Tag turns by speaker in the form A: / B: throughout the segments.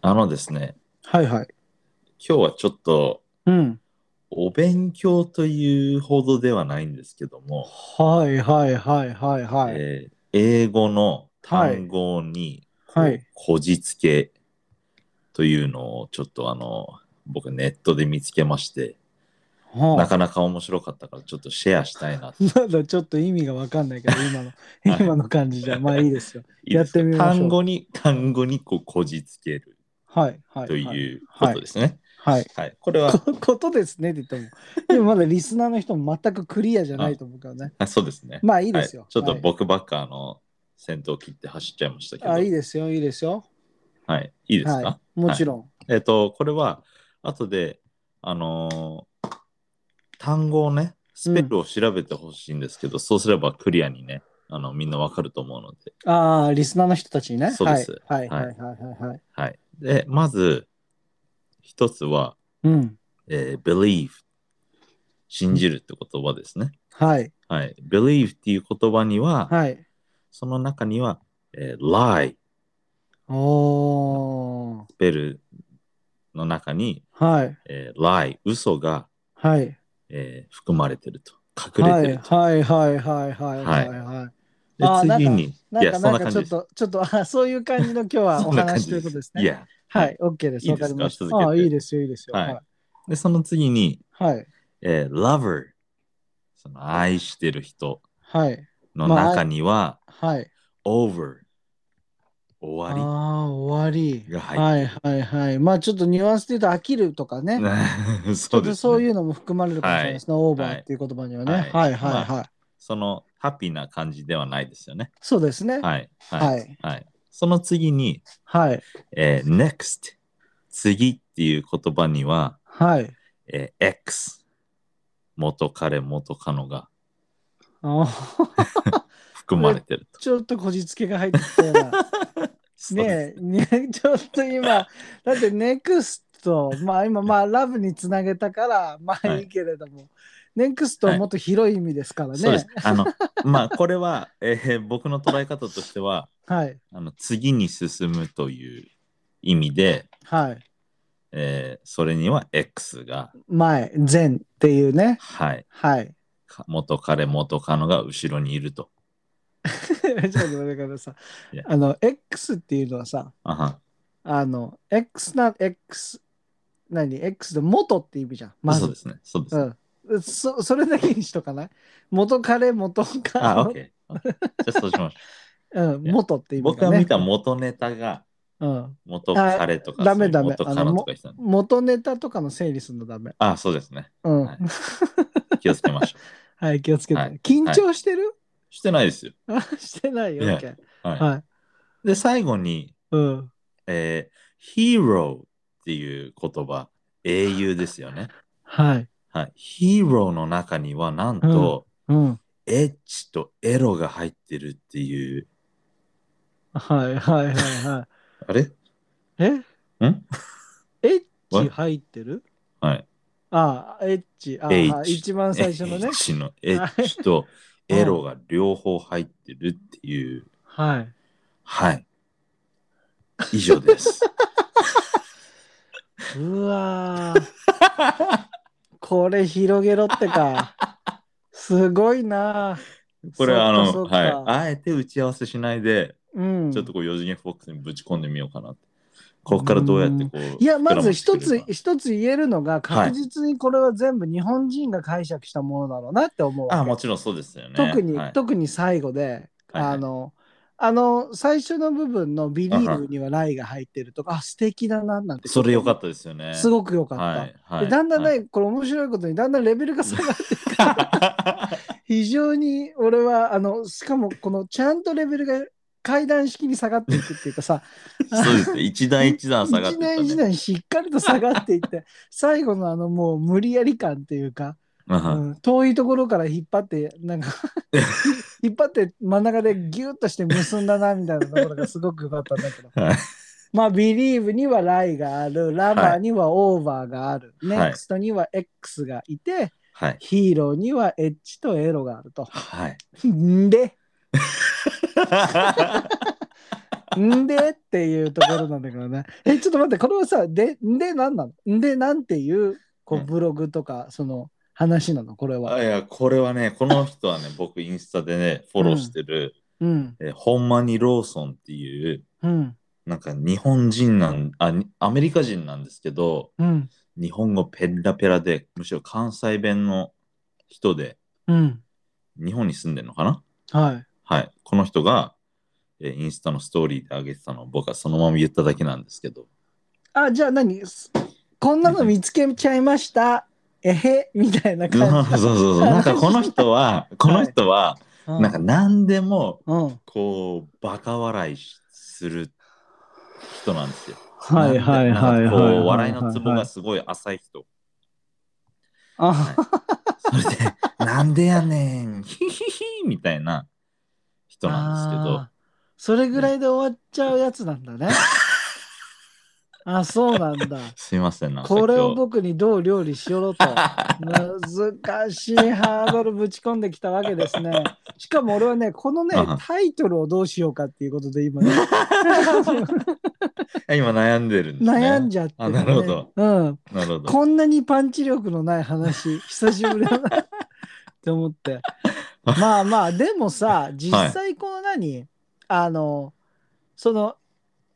A: あのですね、
B: はいはい。
A: 今日はちょっと
B: うん。
A: お勉強というほどではないんですけども、
B: はいはいはいはいはい。
A: えー英語の単語に
B: はい。
A: こじつけというのをちょっとあの僕ネットで見つけまして、
B: は
A: な
B: あ
A: かなか面白かったからちょっとシェアしたいなと。
B: まだちょっと意味がわかんないけど、今の、
A: はい
B: 今の感じじゃ、まあいいですよ。
A: いいですか
B: やってみましょう
A: 単語に単語にこうこじつける
B: はいはい。
A: と
B: はい
A: いうことですね。
B: はい。
A: はい、これは
B: こことですねって言っても、でもまだリスナーの人も全くクリアじゃないと思うからね。
A: あそうですね。
B: まあいいですよ。
A: はいちょっと
B: はい
A: 僕ばっかあの先頭切って走っちゃいましたけど。
B: あ、いいですよ、いいですよ。
A: はい、いいですか、
B: はい。もちろん。
A: えっ、と、これは、後で、あのー単語をね、スペルを調べてほしいんですけど、そうすればクリアにね、あの、みんなわかると思うので。
B: ああ、リスナーの人たちにね。
A: そうです
B: はいは
A: はいい
B: はいはいはいはい。
A: はい。で、まず、一つは、
B: うん。
A: えー believe。信じるって言葉ですね。
B: はい
A: はい。believe っていう言葉には、
B: はい。
A: その中には、えー lie。
B: おー。
A: スペルの中に、
B: はい
A: えー lie。嘘が、
B: はい。
A: えー含まれてると。隠
B: は
A: れて
B: い
A: ると。
B: はいはいはいはいはいはい。あー
A: で次に、い
B: なん
A: や、
B: か
A: そん
B: な
A: なん
B: か
A: 感
B: ち
A: じ
B: ょっ
A: です。
B: とちょっとあそういう感じの今日はお
A: そんな感
B: 話
A: じ
B: ということです
A: い
B: ね。
A: や、
B: はい、オッケーです。
A: い
B: わ
A: いで
B: か
A: す
B: り
A: か
B: ました。
A: 続けて
B: ああ、いいですよ、いいですよ。
A: はい
B: はい
A: で、その次に、
B: はい
A: えー lover、その愛してる人
B: はい
A: の
B: まあ
A: 中には、
B: はい。
A: over、
B: あ
A: 終わ
B: あ、終わり。
A: が
B: は
A: 入
B: いはいはい。まあちょっとニュアンスで言うと飽きるとか
A: り。
B: ね。 ち
A: そ
B: ょ
A: う
B: っ
A: です、ね。
B: とそう
A: う。
B: いうのも含まれるかもしれないですね。オーバーっていう言葉にはね。
A: は
B: はいいはい
A: まあ
B: はい。
A: その、ハッピーな感じではないですよね。
B: そうですね。
A: はい。はい。
B: は
A: はい。
B: い
A: その次に、
B: はい
A: えー next、次っていう言葉には、
B: はい。
A: えー X、元彼、元彼女が
B: あー
A: 含まれてると。
B: ちょっとこじつけが入ってきたよう
A: そ
B: な。
A: うです
B: ねえ、ね、 ちょっと 今、だってネクスト、まあ今、まあラブにつなげたから、まあ
A: はい
B: いいけれども、ネクストはもっと広い意味ですから
A: そうで
B: ね
A: す。。あの、まあ、これ は、えー僕の捉え方としては、
B: はい、
A: あの次に進むという意味で、
B: はい。
A: えーそれには X が、
B: 前、前っていうね。
A: はい、
B: はい。
A: か元彼、元彼女が後ろにいると。
B: ちょっと待ってくださ
A: い
B: い
A: や。
B: あの、X っていうのはさ、
A: あは
B: あの、X な、X、何 ?X で元って意味じゃん。ま
A: そう
B: ず
A: で。すね。そうです
B: う
A: ね。
B: ん。そそれだけにしとかない元彼、元彼。
A: あ、OK。じゃあそうしましょ
B: うん、元って意
A: う。
B: 味
A: 僕
B: だ
A: が
B: ね
A: 見た元ネタが
B: うん。
A: 元彼とか
B: あダメダメ
A: 元彼女とかしたんで
B: 元ネタとかの整理するのダメ。
A: あ、そうですね。
B: うん。
A: は
B: はいい、
A: 気をつけましょう。
B: 気をつけて。
A: はい
B: 緊張してる、
A: してないですよ。
B: あしてないよ。
A: いや
B: OK
A: はい。
B: はい。
A: で、最後に、
B: うん。
A: えー、hero っていう言葉、英雄ですよね。
B: はい。
A: はい。ヒーローの中にはなんと、
B: うん。
A: エッチとエロが入ってるっていう。
B: はいはいはいは
A: あれ
B: い。え
A: ん
B: エッチ
A: What？
B: 入ってる
A: はい。
B: ああ、エッチ。ああ、
A: H
B: 一番最初の
A: エ
B: ね
A: ッ。チのエッチとエロが両方入ってるっていう。
B: はい。
A: はい。以上です。
B: うわー これ広げろってか。すごいな
A: これはあの、
B: そっか
A: はい
B: そっか。
A: あえて打ち合わせしないで、
B: うん。
A: ちょっとこう4次元フォックスにぶち込んでみようかなって。ここからどうやってこう。
B: いや、ま
A: 膨
B: ず
A: ら
B: 一
A: ませてい
B: つ
A: けるか
B: 一つ言えるのが、
A: はい
B: 確実にこれは全部日本人が解釈したものだろうなって思うわけ。
A: あ、もちろんそうですよね。
B: 特に、
A: はい
B: 特に最後で、
A: はいはい
B: あの、あの、最初の部分のビリーブにはライが入ってるとか、あ、素敵だな、なんて。
A: それよか
B: っ
A: ったですよね。
B: すごくよかった。
A: はいはい
B: でだんだんね、
A: はい
B: これ面白いことにだんだんレベルが下がって 非常に俺はあのしかもこのちゃんとレベルが階段式に下がっていくっていうかさ
A: そうですね。一段一段下がって
B: 一
A: ったね
B: 年一年しっかりと下がっていって 最後のあのもう無理やり感っていうか、
A: うん
B: う
A: うん
B: ん、遠いところから引っ張ってなん か引っ張って真ん中でギュッとして結んだなみたいなところがすごく良かったんだけど
A: はい
B: まあ「Believe」には「Lie」がある「Lover」には「Over」がある「
A: はい
B: Next」には「X」がいて
A: はい
B: 「Hero」には「H」と「 エロ」があると。
A: はい。
B: んでんでっていうところなんだけどね。 え、ちょっと待って、これはさ、で、んでなんなのんでなんていう、こ
A: う
B: う、
A: ん
B: ブログとか、その、話なのこれ
A: あ
B: は。
A: いや、これはね、この人はね、僕インスタでね、フォローしてる、
B: うん。
A: えーほんまにローソンっていう、
B: うん。
A: なんか日本人なんあ、にアメリカ人なんですけど、
B: うん。
A: 日本語ペラペラで、むしろ関西弁の人で、
B: うん。
A: 日本に住んでるのかな
B: はい。
A: はい。この人が、えーインスタのストーリーで上げてたのを僕はそのまま言っただけなんですけ ど、
B: あ、じゃあ何すこんなの見つけちゃいました。えへ、みたいな
A: そう
B: 感じ。
A: そうそう。なんかこの人は、この人は、
B: う
A: なんか何でも、
B: うん。
A: こう、バカ笑いしする人なんですよ。
B: はいはい
A: なん
B: はい
A: でな
B: はい
A: んか
B: は
A: こ
B: い。
A: う、笑いのツボがすごい浅い人。
B: あ。
A: それで、なんでやねん、ヒヒヒみたいな人なん
B: あーそれぐらいで終わっちゃうやつなんだ ね。あ、そうなん
A: で
B: だ。
A: すけど、すいません、なんか今日
B: これを僕にどう料理しよろと。難しいハードルぶち込んできたわけですね。しかも俺はね、このね
A: あは、
B: タイトルをどうしようかっていうこと で今ね、
A: 今悩んでるんですね。
B: 悩んじゃってね、
A: あなるほど
B: うん。
A: なるほど。
B: こんなにパンチ力のない話、久しぶりだなって思って。まあまあ、でもさ、実際この何、あの、その、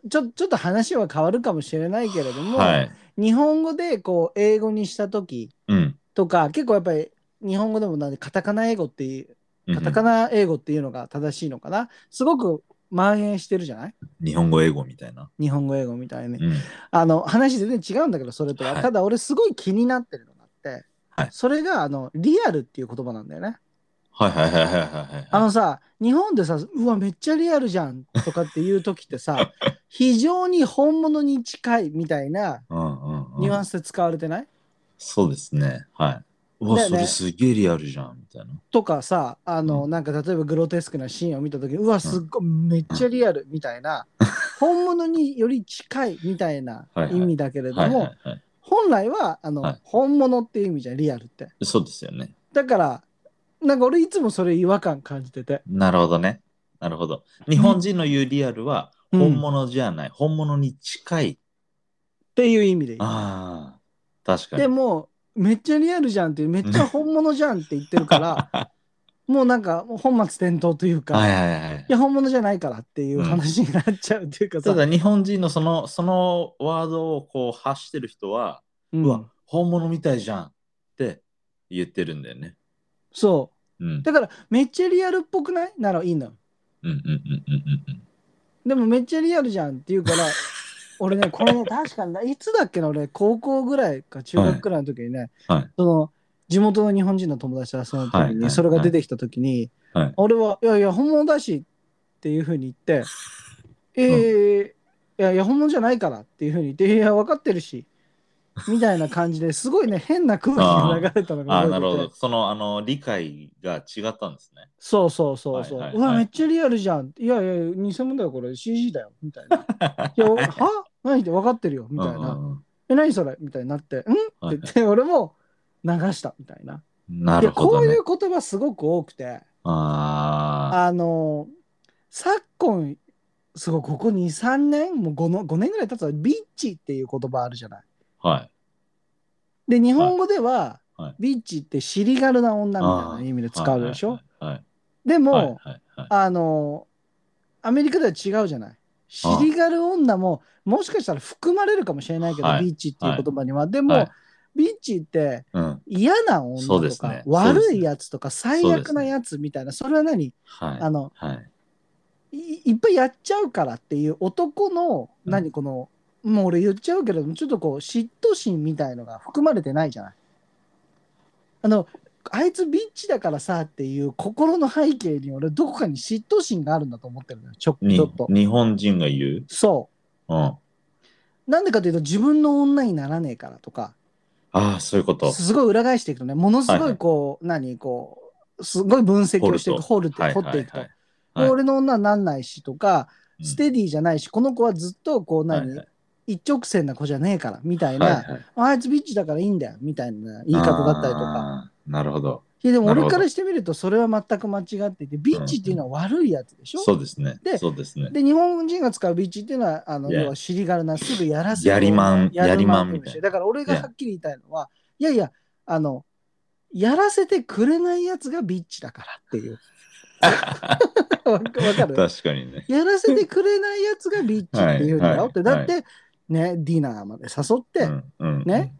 B: ちょちょっと話は変わるかもしれないけれども、
A: はい。
B: 日本語でこう英語にした時
A: うん。
B: とか結構やっぱり日本語でもなんでカタカナ英語っていう
A: うん
B: カタカナ英語っていうのが正しいのかなすごく蔓延してるじゃない
A: 日本語、英語みたいな。
B: 日本語英語みたいに、
A: うん。
B: あの話全然違うんだけどそれとは、
A: はい
B: ただ俺すごい気になってるのがあって、
A: はい
B: それがあのリアルっていう言葉なんだよね
A: はいはいはいはいはいはい。
B: あのさ日本でさうわめっちゃリアルじゃんとかっていう時っ てさ非常に本物に近いみたいな
A: うんうんうん
B: ニュアンスで使われてない、
A: そうですね。はい。うわ、
B: だよね
A: それすげえリアルじゃん、みたいな。
B: とかさあの、
A: う
B: なんか例えばグロテスクなシーンを見た時にうわすっごいめっちゃリアルみた いな、本物により近いみたいな
A: はいはい
B: 意味だけれども、
A: はいはいは
B: 本来はあの、
A: はい
B: 本物っていう意味じゃんリアルって
A: い。そうですよね。
B: だからなんか俺いつもそれ違和感感じてて
A: なるほどね。なるほど。日本人の言うリアルは、
B: うん
A: 本物じゃない、本物に近い。
B: っていう意味で
A: ああ、確かに。
B: でもめっちゃリアルじゃんっていうめっちゃ本物じゃんって言ってるからもうなんかもう本末転倒というか、
A: はい
B: い、
A: はいはいはい。
B: や本物じゃないからっていう話になっちゃうっていうかさ、
A: ただ日本人のそのそのワードをこう発してる人は、
B: う
A: うんわ本物みたいじゃんって言ってるんだよね。
B: そう
A: うん
B: だからめっちゃリアルっぽくないならいいのよ
A: うんうんうんうんうんうん。
B: でもめっちゃリアルじゃんって言うから 俺ねこれね確かにないつだっけな俺高校ぐらいか中学ぐらいの時にね、
A: はい
B: その地元の日本人の友達と遊んだ
A: はい
B: 時
A: は
B: に
A: い
B: それが出てきた時に、
A: はい
B: 俺は「いやいや本物だし」っていうふうに 言って「えーいやいや本物じゃないから」っていうふうに言って「いや分かってるし」みたいな感じですごいね変な空気が流れたのが
A: ああ、
B: 覚え
A: な
B: てて
A: るほど。そのあの理解が違ったんですね。
B: そうそうそうそう。
A: はいはいはいう
B: わ、めっちゃリアルじゃん。いやいや、偽物だよ、これ CG だよ、みたいな。いや、 は何って分かってるよ、みたい
A: うん
B: な。
A: うんうん
B: え、何それみたいになって、んって
A: は
B: 言
A: い
B: っ、て、俺も流した、みたいな。
A: ないる
B: や、
A: ほ
B: こ
A: ど
B: うい
A: ね
B: う。言葉すごく多くて、
A: あ
B: あの、昨今、すごい、ここ2、3年、もう 5, の5年ぐらい経つと、ビッチっていう言葉あるじゃない。
A: あ、はい。
B: で、日本語では、
A: はいはい
B: ビッチって尻軽な女みたいな意味で使うでしょ。
A: はい
B: でも、
A: はいはいはいはい。
B: あのアメリカでは違うじゃない。シリガル女ももしかしたら含まれるかもしれないけど、
A: はい
B: ビーチっていう言葉には。でも、
A: はい
B: ビーチって
A: うん
B: 嫌な女
A: そう
B: と
A: です
B: か、
A: ねそうです
B: 悪
A: ね
B: いやつとか最悪なやつみたいな、それは何、
A: はい。
B: あの
A: はい。
B: いいっぱいやっちゃうからっていう男の、
A: うん
B: 何このもう俺言っちゃうけれどもちょっとこう嫉妬心みたいのが含まれてないじゃない。あのあいつビッチだからさっていう心の背景に俺どこかに嫉妬心があるんだと思ってるのよちょ
A: に
B: ちょっと。
A: 日本人が言う。
B: そ
A: うん。あ
B: う。なんでかというと自分の女にならねえからとか
A: あ、そういうこと。
B: すごい裏返していくとねものす
A: はい
B: ご
A: はい
B: いこう、何こうすごい分析をしていく掘るって
A: はい
B: 掘っていくと。
A: はいはいはい
B: もう俺の女になんないしとか、
A: うん
B: ステディじゃないしこの子はずっとこう何、
A: はいはい
B: 一直線な子じゃねえからみたいな、
A: はいはい
B: あいつビッチだからいいんだよみたいな言い方だったりとか
A: あー。なるほど。
B: いやでも
A: なるほ
B: 俺
A: ど
B: からしてみるとそれは全く間違ってて、ビッチっていうのは悪いやつでしょ、
A: そうですね
B: で。
A: そうですね。
B: で、日本人が使うビッチっていうのは、あの、
A: Yeah.
B: 要は尻軽なすぐやらせる
A: やりまん
B: やり
A: やりま
B: まん
A: ん
B: み
A: み
B: た
A: た
B: い
A: い
B: な。
A: な
B: だから俺がはっきり言いたいのは、いやいや、あの、やらせてくれないやつがビッチだからっ ていう。わかわかる
A: 確かにね。
B: やらせてくれないやつがビッチっていうんだよって。
A: はい
B: だ
A: は
B: っ
A: い
B: て、ね、ディナーまで誘って、
A: うんうん
B: ね。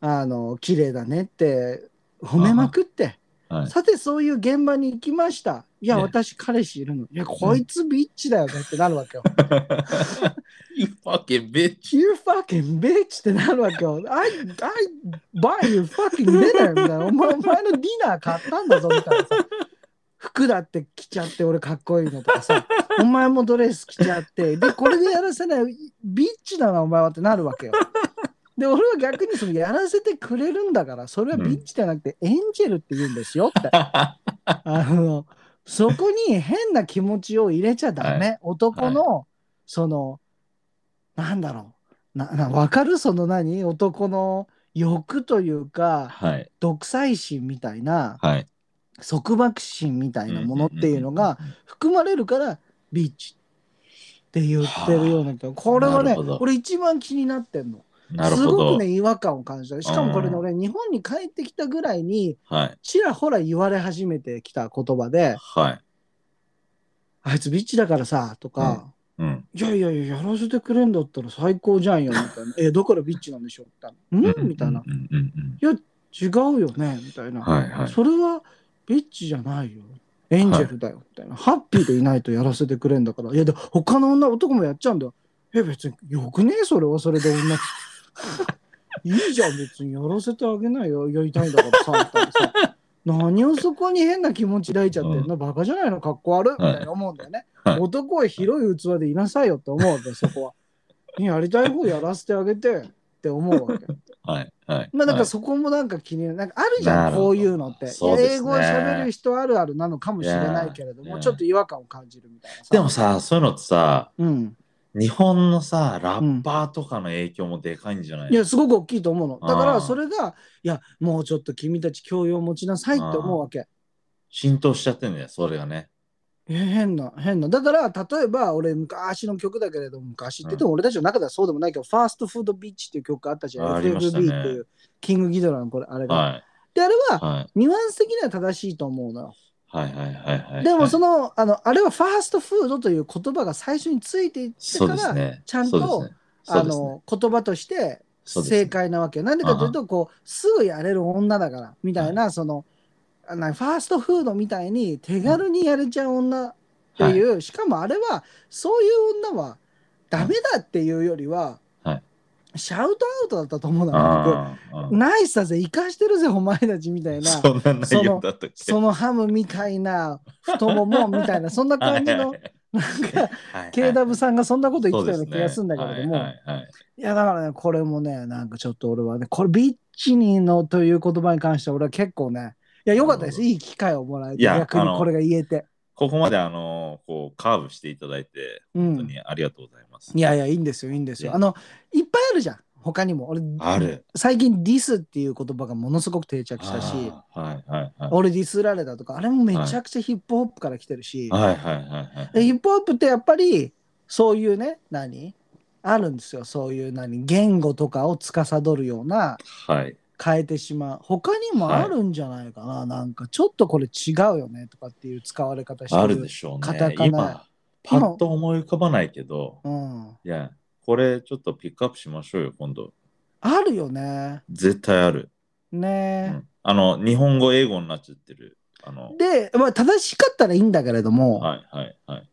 B: あの、綺麗だねって褒めまくって、
A: はい。
B: さて、そういう現場に行きました。いや、
A: ね
B: 私、彼氏いるの。いや、こいつビッチだよねってなるわけよ。
A: you fucking bitch.
B: You fucking bitch ってなるわけよ。I, I buy you fucking dinner みたいな。お前お前のディナー買ったんだぞみたいなさ。服だって着ちゃって俺かっこいいのとかさ。お前もドレス着ちゃって。で、これでやらせない。ビッチだなお前はってなるわけよ。で、俺は逆にそのやらせてくれるんだから、それはビッチじゃなくてエンジェルって言うんですよって。あの、そこに変な気持ちを入れちゃダメ。男の、その、なんだろう。な、な、わかるその何男の欲というか、
A: はい。
B: 独裁心みたいな、
A: はい。
B: 束縛心みたいなものっていうのが
A: うんうんうん
B: 含まれるから、ビーチって言ってるような気が。これは
A: な
B: ね
A: るほど、
B: 俺一番気になってんの。
A: うん。なる
B: す
A: ほ
B: ご
A: ど。
B: くね、違和感を感じた。しかもこれね、
A: うん
B: 俺、日本に帰ってきたぐらいに、
A: はい。
B: ちらほら言われ始めてきた言葉で、
A: はい。
B: あいつビッチだからさ、とか、
A: うん。
B: いやいやいや、やらせてくれんだったら最高じゃんよ、みたいな。え、だからビッチなんでしょうみたいな。んみたいな
A: う。んうんうん
B: 違うよねみたいな。
A: はいはい
B: それはビッチじゃないよ。エンジェルだよ、みたいな。ハッピーでいないとやらせてくれんだから。いや、で他の女、男もやっちゃうんだよ。え、別によくねえそれはそれ で女。いいじゃん、別にやらせてあげないよ。やりたいんだからさ、みたいなさ。何をそこに変な気持ち抱いちゃってんの、バカじゃないのかっこ悪いみたいな思うんだよ
A: は
B: ね。
A: い
B: 男は広い器でいなさいよって思うわけ、そ こは。やりたい方やらせてあげてって思うわけ。
A: うん。はい。はい。
B: まあなん
A: は
B: か
A: い
B: そこもなんか気になる。なんかあるじゃ、
A: なんるほど
B: こういうのって。
A: そうですね
B: 英語を喋る人あるあるなのかもしれないけれど
A: いや
B: も、
A: ー
B: ちょっと違和感を感じるみたいなさ。
A: でも、さ、そういうのってさ、
B: うん。
A: 日本のさ、ラッパーとかの影響もでかいんじゃない
B: いや、すごく大きいと思うの。だか
A: あ
B: ら
A: ー
B: それが、いや、もうちょっと君たち教養を持ちなさいって思うわけ。
A: 浸透しちゃってんだよ、それがね。
B: え変な、変な。だから、例えば俺、昔の曲だけれども、昔って言っても俺たちの中ではそうでもないけど、ファーストフードビーチっていう曲があったじゃん。
A: ありましたね
B: FFB っていう、キングギドラのこれ、あれが。
A: は
B: で、あれ
A: い。
B: は、
A: はい。
B: ニュアンス的には正しいと思うのよ。
A: はいはいはいはい。
B: でもそ
A: の、
B: の,、あのあれはファーストフードという言葉が最初についていって
A: そう
B: か
A: です
B: ら、
A: ね。
B: ちゃんと
A: そうですね
B: あ、
A: そう
B: の言葉として
A: ですね
B: 正。解なわけよ。なんでかというとこうすぐやれる女だからみたいな、そのあのファーストフードみたいに手軽にやれちゃう女っていう、しかもあれはそういう女はダメだっていうよりは、
A: はい
B: シャウトアウトだったと思うな。
A: ああ
B: 僕ナイスだぜ生かしてるぜお前たちみたいな。
A: そんな内容だったっけ
B: そのハムみたいな太ももみたいなそんな感じのなんか KW さんがそんなこと言ってたような気がするんだけれども、
A: はいはいはい
B: いやだからねこれもねなんかちょっと俺はねこれビッチニーのという言葉に関しては俺は結構ねいや良かったです
A: なる
B: いい機会をもらえて
A: いや
B: 逆に
A: あの
B: これが言えて
A: ここまであのこうカーブしていただいて
B: うん
A: 本当にありがとうございます。
B: いやいやいいんですよいいんですよ
A: ね
B: あのいっぱいあるじゃん他にも俺
A: ある。
B: 最近ディスっていう言葉がものすごく定着したし
A: あーはいはいはい。
B: 俺ディスられたとかあれもめちゃくちゃヒップホップから来てるし、
A: はいはいはいは
B: で
A: い。
B: ヒップホップってやっぱりそういうね何あるんですよそういう何言語とかを司るような
A: はい。
B: 変えてしまう他にもあるんじゃないかな、なんかちょっとこれ違うよねとかっていう使われ方してる
A: あるでしょう
B: カタ
A: ね。
B: カナ
A: 今、パッと思い浮かばないけど、
B: うん、
A: いや、これちょっとピックアップしましょうよ、今度。
B: あるよね
A: 絶対ある。う
B: ね、
A: んあの、日本語、英語になっちゃってる。あの、
B: で、まあ、正しかったらいいんだけれども、
A: はいはいはいはい。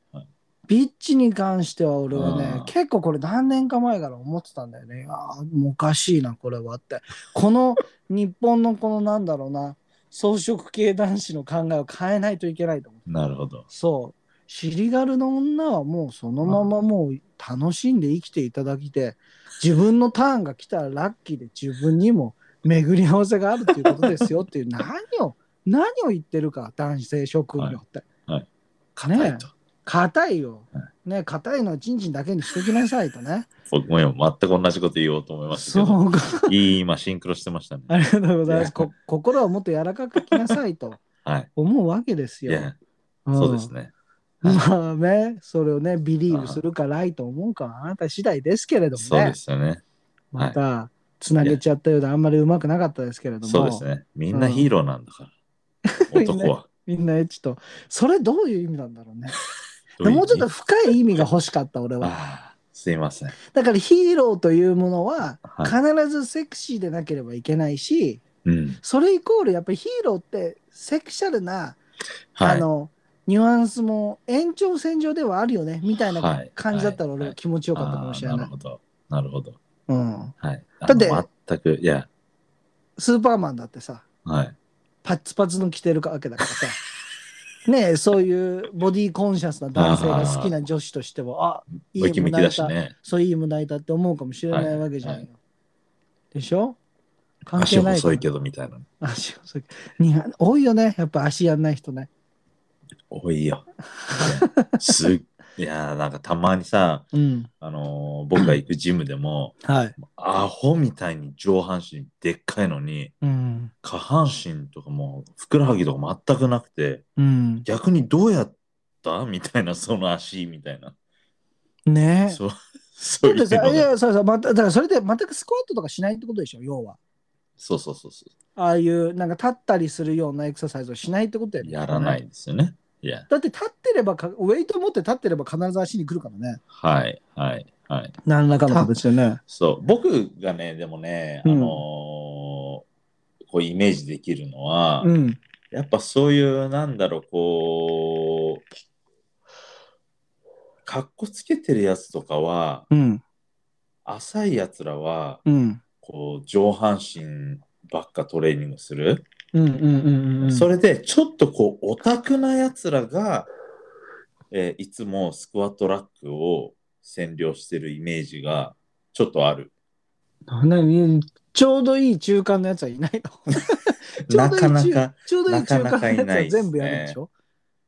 B: ビッチに関しては俺はね
A: うん
B: 結構これ何年か前から思ってたんだよねああもうおかしいなこれはってこの日本のこのなんだろうな草食系男子の考えを変えないといけないと思う
A: なるほど。
B: そう尻軽の女はもうそのままもう楽しんで生きていただきて自分のターンが来たらラッキーで自分にも巡り合わせがあるっていうことですよっていう何を何を言ってるか男性諸君よって、
A: はいはい
B: ねえ
A: はいと
B: 硬いよ。ね、硬いのはチンチンだけにしときなさいと ね。
A: 僕も今全く同じこと言おうと思いましたけど、
B: そうか。
A: いい今シンクロしてましたね。
B: ありがとうございます。こ心をもっと柔らかくきなさいと
A: はい。
B: 思うわけです
A: い
B: よ。
A: や、
B: ん
A: そうですね。
B: まあね、それをね、ビリーブするかライと思うかはあなた次第ですけれども
A: そう
B: ね
A: で、すよね。
B: またつなげちゃったようであんまりうまくなかったですけれども、
A: そうですね。みんなヒーローなんだから。
B: うん
A: 男 は。
B: みんなエッチと、それどういう意味なんだろうね。
A: どい
B: もうちょっと深い意味が欲しかった、俺は。
A: ああ、すいません。
B: だからヒーローというものは、
A: はい。
B: 必ずセクシーでなければいけないし、
A: うん。
B: それイコールやっぱりヒーローってセクシャルな、
A: は
B: あ
A: い。
B: のニュアンスも延長線上ではあるよねみたい
A: は
B: ない感じだったら
A: はい
B: 俺は気持ちよかったかもしれ
A: あーな
B: な
A: いる。ほど。なるほど。
B: うん、
A: はい。
B: だって
A: あの全く、いや、
B: スーパーマンだってさ
A: はい。
B: パッツパツの着てるわけだか らさねえそういうボディコンシャスな男性が好きな女子としてはあい
A: ム
B: い
A: キムキ
B: 胸
A: だし
B: 板、
A: ね。
B: そういい胸板って思うかもしれないわけじゃんよ。
A: はい
B: でしょ関
A: 足
B: 係ない
A: 細いけどみたいな。
B: ど足細いに多いよねやっぱ足やんない人ね。
A: 多いよ。いやすっ、いやー、なんかたまにさ、
B: うん
A: あのー僕が行くジムでも、
B: はい。
A: アホみたいに上半身でっかいのに、
B: うん
A: 下半身とかもうふくらはぎとか全くなくて、
B: うん、
A: 逆にどうやったみたいな、その足みたいな。
B: ねえ。
A: そう、そ
B: だっ
A: ういうの
B: てさ、
A: が
B: いや、そうそう、また、だからそれで全くスクワットとかしないってことでしょ、要は。
A: そうそうそうそ
B: ああいう、なんか立ったりするようなエクササイズをしないってことや
A: う。やらない。んですよね。いや、
B: だって立ってればか、ウェイト持って立ってれば必ず足に来るからね。
A: はい、はい、はい。
B: 何らかの形でね。
A: そう、僕がね、でもね、あ
B: うん
A: のーこうイメージできるのは、
B: うん。
A: やっぱそういう、なんだろう、こう、かっこつけてるやつとかは、
B: うん。
A: 浅いやつらは、
B: うん。
A: こう、上半身ばっかトレーニングする。
B: うんうんうんうん。
A: そ
B: れ。
A: れで、ちょっとこう、オタクなやつらが、えーいつもスクワットラックを占領してるイメージが、ちょっとある。
B: 何ちょうどいい中間のやつはいないのちょうどいい中
A: なかなか、
B: ちょうどいい中間の
A: なかなかいないっ
B: やつ
A: すね
B: は全部やるんでしょ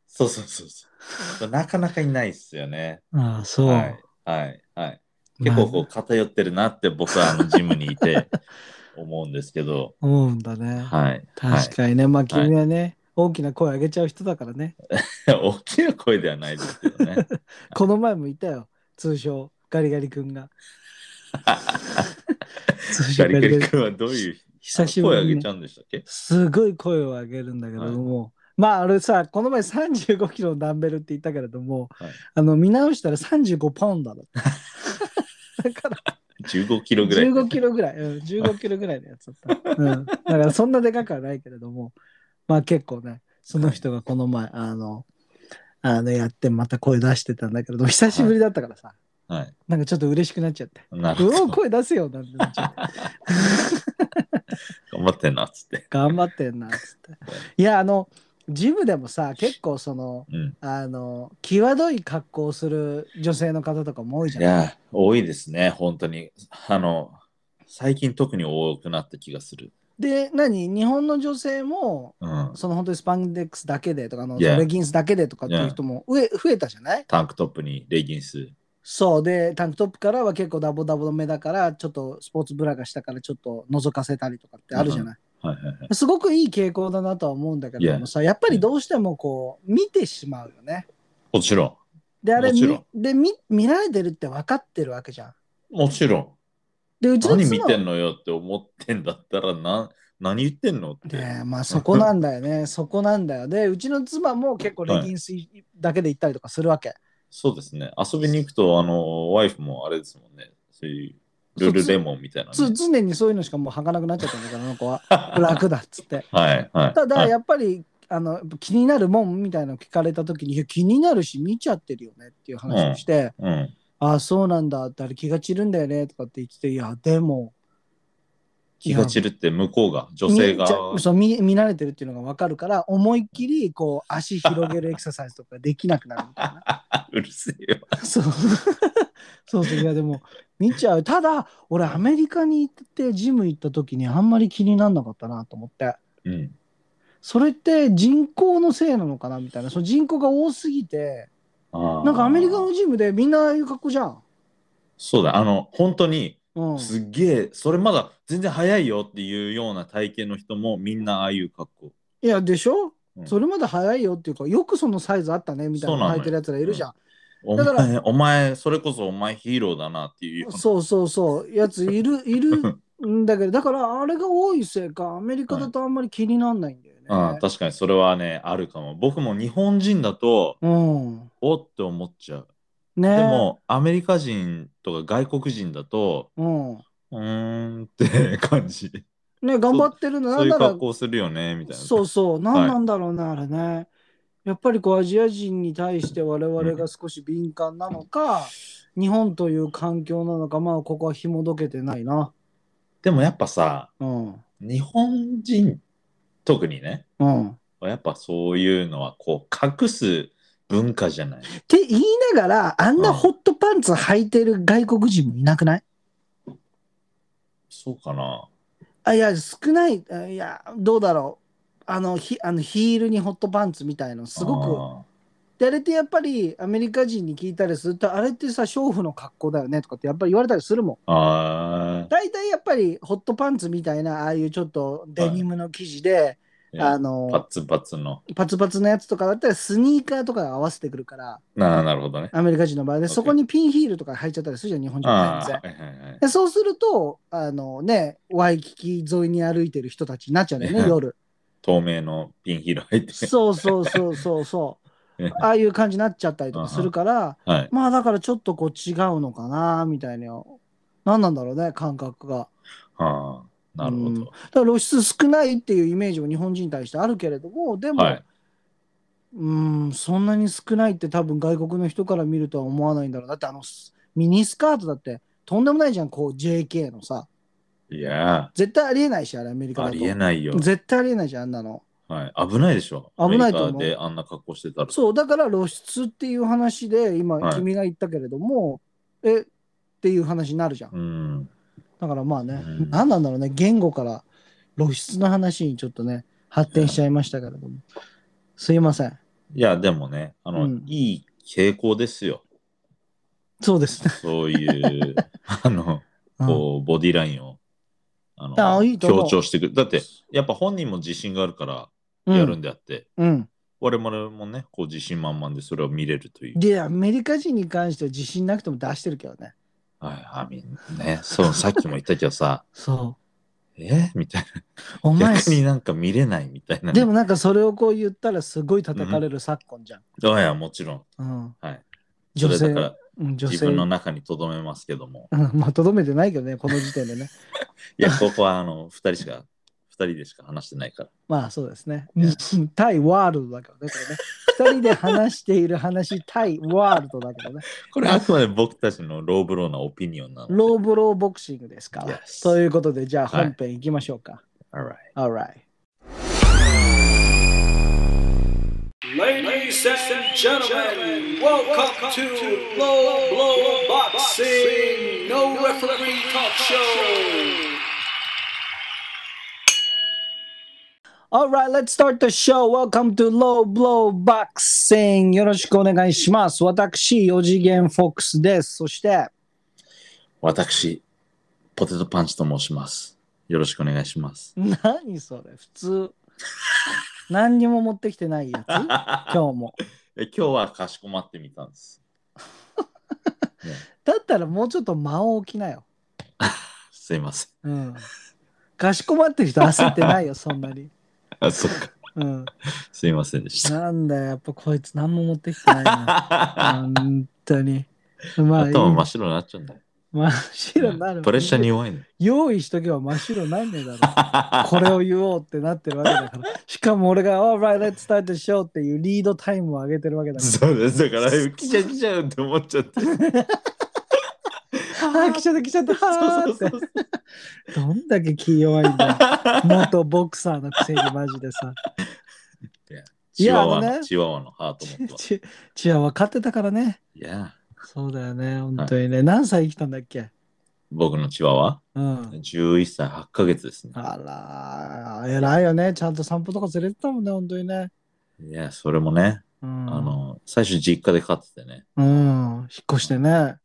A: そうそうそうそう。なかなかいないっすよね。
B: ああ、そ
A: はい、はい、はい。結構こう偏ってるなって僕はあのジムにい て思うんですけど、
B: う。思うんだね。
A: はい。
B: 確かにね。まあ、君はね、大きな声上げちゃう人だからね。
A: はい、大きな声ではないですけどね。
B: この前もいたよ、通称、ガリガリ 君が。通
A: ガ
B: 称ガ
A: リ
B: リ
A: ガ
B: ガリ
A: リ
B: 君。
A: 君はどういう
B: 久しぶ
A: 声
B: り
A: 上
B: に
A: げ
B: ね、
A: ちゃうんでしたっけ
B: すごい声を上げるんだけれども、まああれさ、この前35キロのダンベルって言ったけれども、
A: はい
B: あの見直したら35パウンドだった。 だから
A: ?15 キロぐらい。
B: 15キロぐらい、うん、15キロぐらいのやつだった。うん、だからそんなでかくはないけれども、まあ結構ね、その人がこの前、あの、あのやってまた声出してたんだけれども、久しぶりだったからさ、
A: はい。
B: なんかちょっと嬉しくなっちゃって。
A: なる
B: う
A: ほ
B: お
A: ど。
B: 声出せよなんてなっちゃって
A: 頑張ってんな、つって。
B: 頑張ってんなっつっていやあのジムでもさ結構その
A: うん。
B: あの際どい格好をする女性の方とかも多いじ
A: い
B: ゃん
A: や、多いですね、本当に。あの、最近特に多くなった気がする。
B: で何日本の女性も
A: うん。
B: その本当にスパンデックスだけでとかあの
A: Yeah.
B: レギンスだけでとかっていう人も増え増えたじゃない
A: タンクトップにレギンス。
B: そうでタンクトップからは結構ダボダボの目だからちょっとスポーツブラが下からちょっと覗かせたりとかってあるじゃない、
A: はいはいはい。
B: すごくいい傾向だなとは思うんだけれどもさやっぱりどうしてもこう見てしまうよね
A: もちろ
B: で、あれ、
A: もちろん
B: みで見、見られてるって分かってるわけじゃん。
A: ん。もちろん。
B: で、うちの
A: 何
B: 妻
A: 見てんのよって思ってんだったらな何言ってんのって、
B: ねえまあそこなんだよね。 そこなんだよ。で、うちの妻も結構レギンスだけで行ったりとかするわけ。
A: そうですね遊びに行くとあのワイフもあれですもんねそういうルルレモンみたいな、
B: つ
A: ね、
B: 常にそういうのしかもう履かなくなっちゃったんだから、あの 子は。楽だっつって。
A: はいはい
B: ただ、
A: はい
B: やっぱり、あの気になるもんみたいなの聞かれた時にいや気になるし見ちゃってるよねっていう話をして、
A: うん、
B: ああそうなんだってあれ気が散るんだよねとかって言ってていやでも
A: 気が散るって向こうが女性が
B: 見ちゃそう見見られてるっていうのが分かるから思いっきりこう足広げるエクササイズとかできなくなるみたい な
A: うるせえよ
B: そう そうそういやでも見ちゃうただ俺アメリカに行ってジム行った時にあんまり気になんなかったなと思って
A: うん
B: それって人口のせいなのかなみたいなその人口が多すぎてな
A: なん
B: かアメリカのチームでみんなああいう格好じゃん。
A: そうだ、あの、本当に、
B: うん。
A: すっげえ、それまだ全然早いよっていうような体型の人もみんなああいう格好。
B: いや、でしょ、
A: うん
B: それまで早いよっていうか、よくそのサイズあったねみたい
A: そうな
B: な
A: の
B: 履
A: よ
B: いてるやつらいるじゃん。
A: お
B: だから
A: 前、お前、それこそお前ヒーローだなっていうような。
B: そうそうそう、やつ いる、いるんだけど、だからあれが多いせいか、アメリカだとあんまり気にならないんだよね。
A: うん、確かにそれはね、あるかも。僕も日本人だと、
B: うん。
A: おって思っちゃう。
B: ね
A: でも、アメリカ人とか外国人だと、
B: うん。
A: うーんって感じ。
B: ね、頑張ってるの
A: そ
B: な
A: うんいう
B: なら
A: 格、好するよね、みたいな。
B: そうそう、なんなんだろうね、あれね。やっぱりこうアジア人に対して我々が少し敏感なのか、日本という環境なのか、まあここは紐解けてないな。
A: でもやっぱさ、
B: うん。
A: 日本人、特にね、
B: うん。
A: やっぱそういうのはこう隠す文化じゃない。
B: って言いながら、あんな
A: うん
B: ホットパンツ履いてる外国人もいなくない
A: そうかな。
B: あいや、少ない、あいや、どうだろう。あのひあのヒールにホットパンツみたいの、すごく。
A: あ
B: で、あれってやっぱりアメリカ人に聞いたりすると、あれってさ、娼婦の格好だよねとかってやっぱり言われたりするもん。
A: ーあ
B: 大体やっぱりホットパンツみたいな、ああいうちょっとデニムの生地
A: ー。
B: で、あ
A: パ
B: の、
A: ツパツの。
B: パツパツのやつとかだったらスニーカーとかが合わせてくるから、
A: なあなるほどね。
B: アメリカ人の場合で、
A: OK
B: そこにピンヒールとか履いちゃったりするじゃん、日本人は
A: あ
B: 全然
A: あ。ー、はいはいはい。
B: でそうすると、あのね、ワイキキ沿いに歩いてる人たちになっちゃうんだよね、
A: ね
B: 夜。
A: 透明のピンヒール入って。
B: そうそうそうそうそう
A: ね。
B: ああいう感じになっちゃったりとかするから、
A: はい。
B: まあだからちょっとこう違うのかな、みたいな。何なんだろうね、感覚が。
A: ああ、なるほ
B: うん
A: ど。
B: だから露出少ないっていうイメージも日本人に対してあるけれども、でも、
A: はい。
B: うん、そんなに少ないって多分外国の人から見るとは思わないんだろう。だってあのスミニスカートだってとんでもないじゃん、こう JK のさ。
A: いや
B: 絶対ありえないし、あれアメリ
A: ー、
B: カ
A: あ
B: だと。
A: りえないよ。
B: 絶対ありえないじゃん、あんなの。
A: はい、危ないでしょ。
B: 危ないと思う
A: アメリカであんな格好してたら。
B: そう、だから露出っていう話で、今、
A: はい
B: 君が言ったけれども、えっていう話になるじゃん。
A: うん。
B: だからまあね、
A: うん
B: 何なんだろうね、言語から露出の話にちょっとね、発展しちゃいましたけれども。すいません。
A: いや、でもね、あの、
B: うん
A: いい傾向ですよ。
B: そうですね。
A: そう いう、あの、
B: うん
A: こう、ボディラインを、あの、
B: あいいと思う
A: 強調してくる。だって、やっぱ本人も自信があるから
B: うん
A: やるんであって、
B: うん。
A: 我々もね、こう、自信満々でそれを見れるという。
B: で、アメリカ人に関しては自信なくても出してるけどね。
A: はい、あみんなね、そう、さっきも言ったけどさ、
B: そ。
A: えみたいう
B: お
A: な。
B: 前、
A: 逆になんか見れないみたいな。
B: でも、なんかそれをこう言ったらすごい叩かれる昨今じゃん。
A: いや、もちろん。
B: うん。
A: はい。そ
B: 女
A: れだ
B: 性
A: か、ら、
B: うん女
A: 自
B: 性。
A: 分の中に留めますけど も。
B: うんまあ、とどめてないけどね、この時点でね。
A: いや、ここはあの、二人しか、二人でしか話してないから。
B: まあそうですね
A: いや。
B: 対ワールドだけどね、これね。二人で話している話、対ワールドだけどね。
A: これあくまで僕たちのローブローなオピニオンなので。
B: ローブローボクシングですから。
A: Yes
B: ということで、じゃあ
A: はい
B: 本編いきましょうか。
A: Alright.
B: Alright.
C: Ladies and gentlemen, welcome to Low Blow Boxing No Referee Talk Show.
B: Alright, let's start the show. Welcome to Low Blow Boxing. よろしくお願いします。私、四次元フォックスです。そして、
A: 私、ポテトパンチと申します。よろしくお願いします。
B: 何それ普通。何にも持ってきてないやつ今日も。
A: え今日はかしこまってみたんです。
B: だったらもうちょっと間を置きなよ。
A: すいません。
B: うん。かしこまってる人焦ってない よ、そんなに。
A: あ、そっか。
B: うん。
A: すいませんでした。
B: なんだよ、やっぱこいつ何も持ってきてないな。本当に。まあ、いい
A: 頭真っ白になっちゃうんだよ。
B: 真っ白になる。
A: プレッシャーに弱いの。
B: 用意しとけば真っ白になんねえだろ。これを言おうってなってるわけだから。しかも俺が、alright, let's start the show っていうリードタイムを上げてるわけだか
A: そうです。だから、来ちゃ来ちゃうって思っちゃって。
B: ら。あー、来ちゃった来ちゃった。は
A: そう
B: ーっ
A: そう
B: て
A: そう。
B: どんだけ気弱いんだ よ。元ボクサーのくせにマジでさ。い
A: チ
B: や
A: ワワ
B: あの
A: の、
B: ね
A: チワワのハート持ってます。
B: ち、ちは分かってたからね。
A: いや、
B: そうだよね、本当にね。何歳生きたんだっけ
A: 僕のチワワ
B: うん。
A: 11歳8ヶ月ですね。
B: あらー、偉いよね。ちゃんと散歩とか連れてたもんね、本当にね。
A: いや、それもね、
B: うん
A: あの、最初実家で飼っててね。
B: うん、引っ越してね。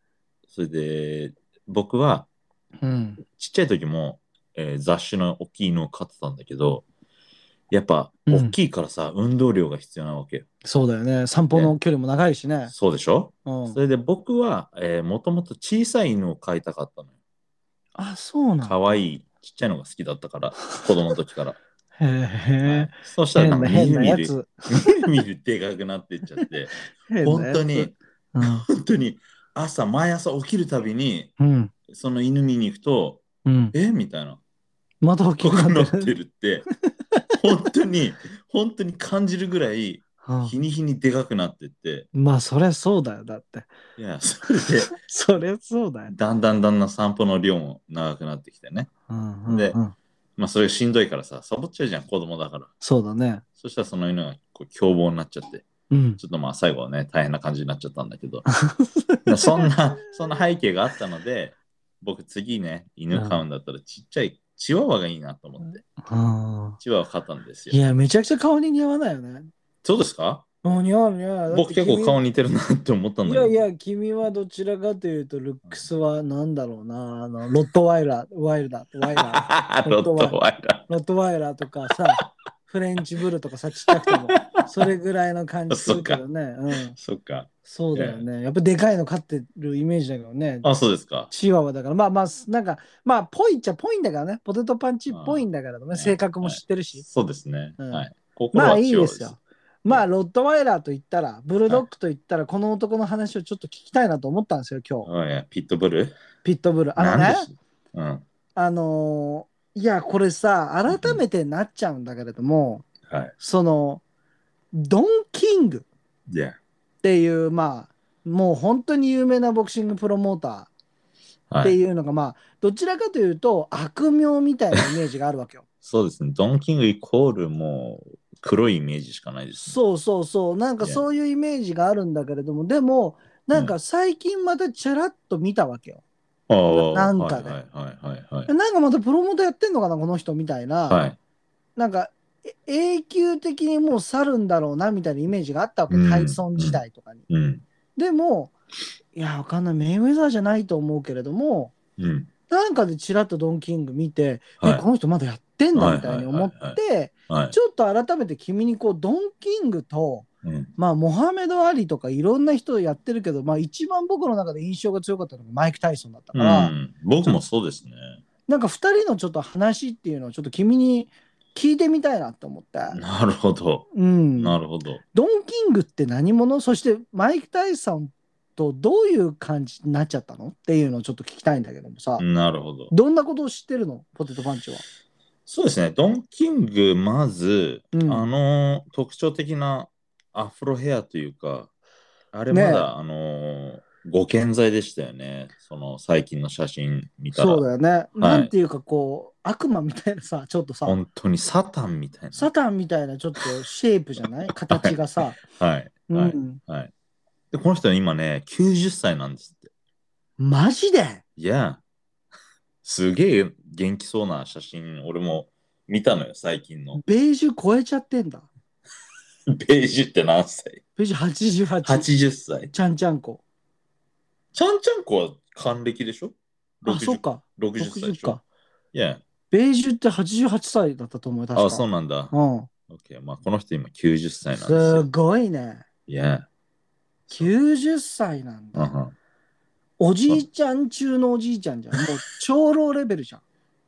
A: それで、僕は
B: うん。
A: ちっちゃい時も、えー雑種の大きいのを飼ってたんだけど、やっぱ
B: うん
A: 大きいからさ、運動量が必要なわけよ。
B: そうだよね。散歩の距離も長いしね。
A: そうでしょ
B: うん
A: そ。れで僕は、えー、もともと小さい犬を飼いたかったのよ。
B: あ、そうなんだ。
A: 可愛いちっちゃいのが好きだった から、子供の時から。
B: へ
A: はい
B: え。
A: そしたらな
B: 変
A: ん
B: な
A: かみ
B: 変
A: る
B: な
A: み
B: や
A: る、
B: つ。
A: みるみるでかくなってっちゃって、
B: 変なやつ
A: 本当に、。
B: うん
A: 本当に朝、毎朝起きるたびに、
B: うん。
A: その犬見に行くと、
B: うん。
A: えみたいな。
B: また大き
A: 僕
B: く
A: な
B: なっ
A: ってて
B: る。
A: るって、本当に、本当に感じるぐらい、
B: うん
A: 日に日にでかくなってって、
B: まあ、そりゃそうだよ。だって。
A: いや、それで、
B: そりゃそうだよ。
A: だんだんだんだん散歩の量も長くなってきてね。
B: うんうんうん
A: でまあそれがしんどいからさ、サボっちゃうじゃん、子供だから。
B: そうだね。
A: そしたらその犬がこう凶暴になっちゃって、
B: うん。
A: ちょっとまあ最後はね、大変な感じになっちゃったんだ けど、そんな、そんな背景があったので、僕次ね、犬飼うんだったらちっちゃいチワワがいいなと思って、
B: うん
A: チワワ飼ったんです
B: い
A: よ。
B: や、めちゃくちゃ顔に似合わないよね。
A: そうですか
B: もう似合わない似合わない。だって
A: 僕結構
B: 君
A: 顔似てるなって思ったん
B: い
A: だけ
B: や
A: ど。
B: いや、君はどちらかというと、ルックスはなんだろうな、あの、ロットワイラー、ワイラー、ワイラ ー、
A: ロットワイラ
B: ロットワイラーとかさ、フレンチブルとかさ、ちっちゃくても、それぐらいの感じするけどね。うん
A: ー。。そっか。
B: そうだよね。やっぱでかいの飼ってるイメージだけどね。
A: あ、そうですか。
B: チワワだから、まあまあ、なんか、まあ、ぽいっちゃぽいんだからね。ポテトパンチっぽいんだからね。性格も知ってるし。
A: そうですね。
B: うん
A: はい。心
B: まあ
A: はい
B: い
A: チワ
B: で
A: ワ
B: すよ。。まあ、ロットワイラーと言ったら、ブルドッグと言ったら、この男の話をちょっと聞きたいなと思ったんですよ、今日。
A: はいピットブル
B: ピットブル。あの
A: なん
B: ね
A: で、しうん。
B: あのーいや、これさ、改めてなっちゃうんだけれども、
A: はい。
B: その、ドン・キング
A: いや。
B: っていう、まあ、もう本当に有名なボクシングプロモーターっ
A: は
B: て
A: い。
B: いうのが、まあ、どちらかというと、悪名みたいなイメージがあるわけよ。
A: そうですね。ドンキングイコールもう黒いイメージしかないです、ね。
B: そうそうそうなんか
A: ね
B: そういうイメージがあるんだけれどもでもなんか最近またチラッと見たわけよ、
A: ああ
B: なんか
A: はい
B: ね
A: はいはいはい
B: なんかまたプロモーターやってんのかなこの人みたいな、
A: はい。はい。
B: なんかえ永久的にもう去るんだろうなみたいなイメージがあったわけ、
A: うん
B: タイソン時代とかに、
A: うん。
B: でもいやわかんないメイウェザーじゃないと思うけれども
A: うん。
B: なんかでチラッとドン・キング見て、え
A: はい
B: こ。の人まだやってんだ
A: はい
B: みたいに思って、
A: はいはい。
B: ちょっと改めて君にこうドン・キングと
A: うん、
B: まあ、モハメド・アリとかいろんな人やってるけど、まあ、一番僕の中で印象が強かったのがマイク・タイソンだったか
A: う
B: ら、
A: ん。僕もそうですね。
B: なんか2人のちょっと話っていうのをちょっと君に聞いてみたいなと思って。
A: なるほど。
B: うん、
A: なるほど。
B: ドン・キングって何者そしてマイク・タイソンとどういう感じになっちゃったのっていうのをちょっと聞きたいんだけどもさ、
A: なるほど。
B: どんなことを知ってるのポテトパンチは。
A: そうですね。ドンキング、まず、
B: うん
A: あのー特徴的なアフロヘアというか、あれま
B: ね
A: だ、あのーご健在でしたよね。その最近の写真見たら。
B: そうだよね、なんていうかこう悪魔みたいなさちょっとさ
A: 本当にサタンみたいな。
B: サタンみたいなちょっとシェイプじゃない形がさ。
A: はい。
B: う
A: はい
B: ん、
A: はい。で、この人今ね、90歳なんですって。
B: マジで
A: いや、すげえ元気そうな写真、俺も見たのよ、最近 の。
B: ベージュ超えちゃってんだ。
A: ベージュって何歳
B: ベージュ88。
A: ?80 歳。
B: ちゃんちゃんこ。
A: ちゃんちゃんこは還暦でしょ
B: あ、そうか。
A: 60歳で
B: 60
A: しょ
B: か。
A: いや、
B: ベージュって88歳だったと思うよ。確か
A: あ、そうなんだ。
B: うん。
A: オッケーまあ、この人今90歳なんです
B: す
A: よ。
B: ごいね。
A: いや、
B: 90歳なん
A: うんう
B: だ。
A: ん
B: おじいちゃん中のおじいちゃん じゃん。もう長老レベルじゃん。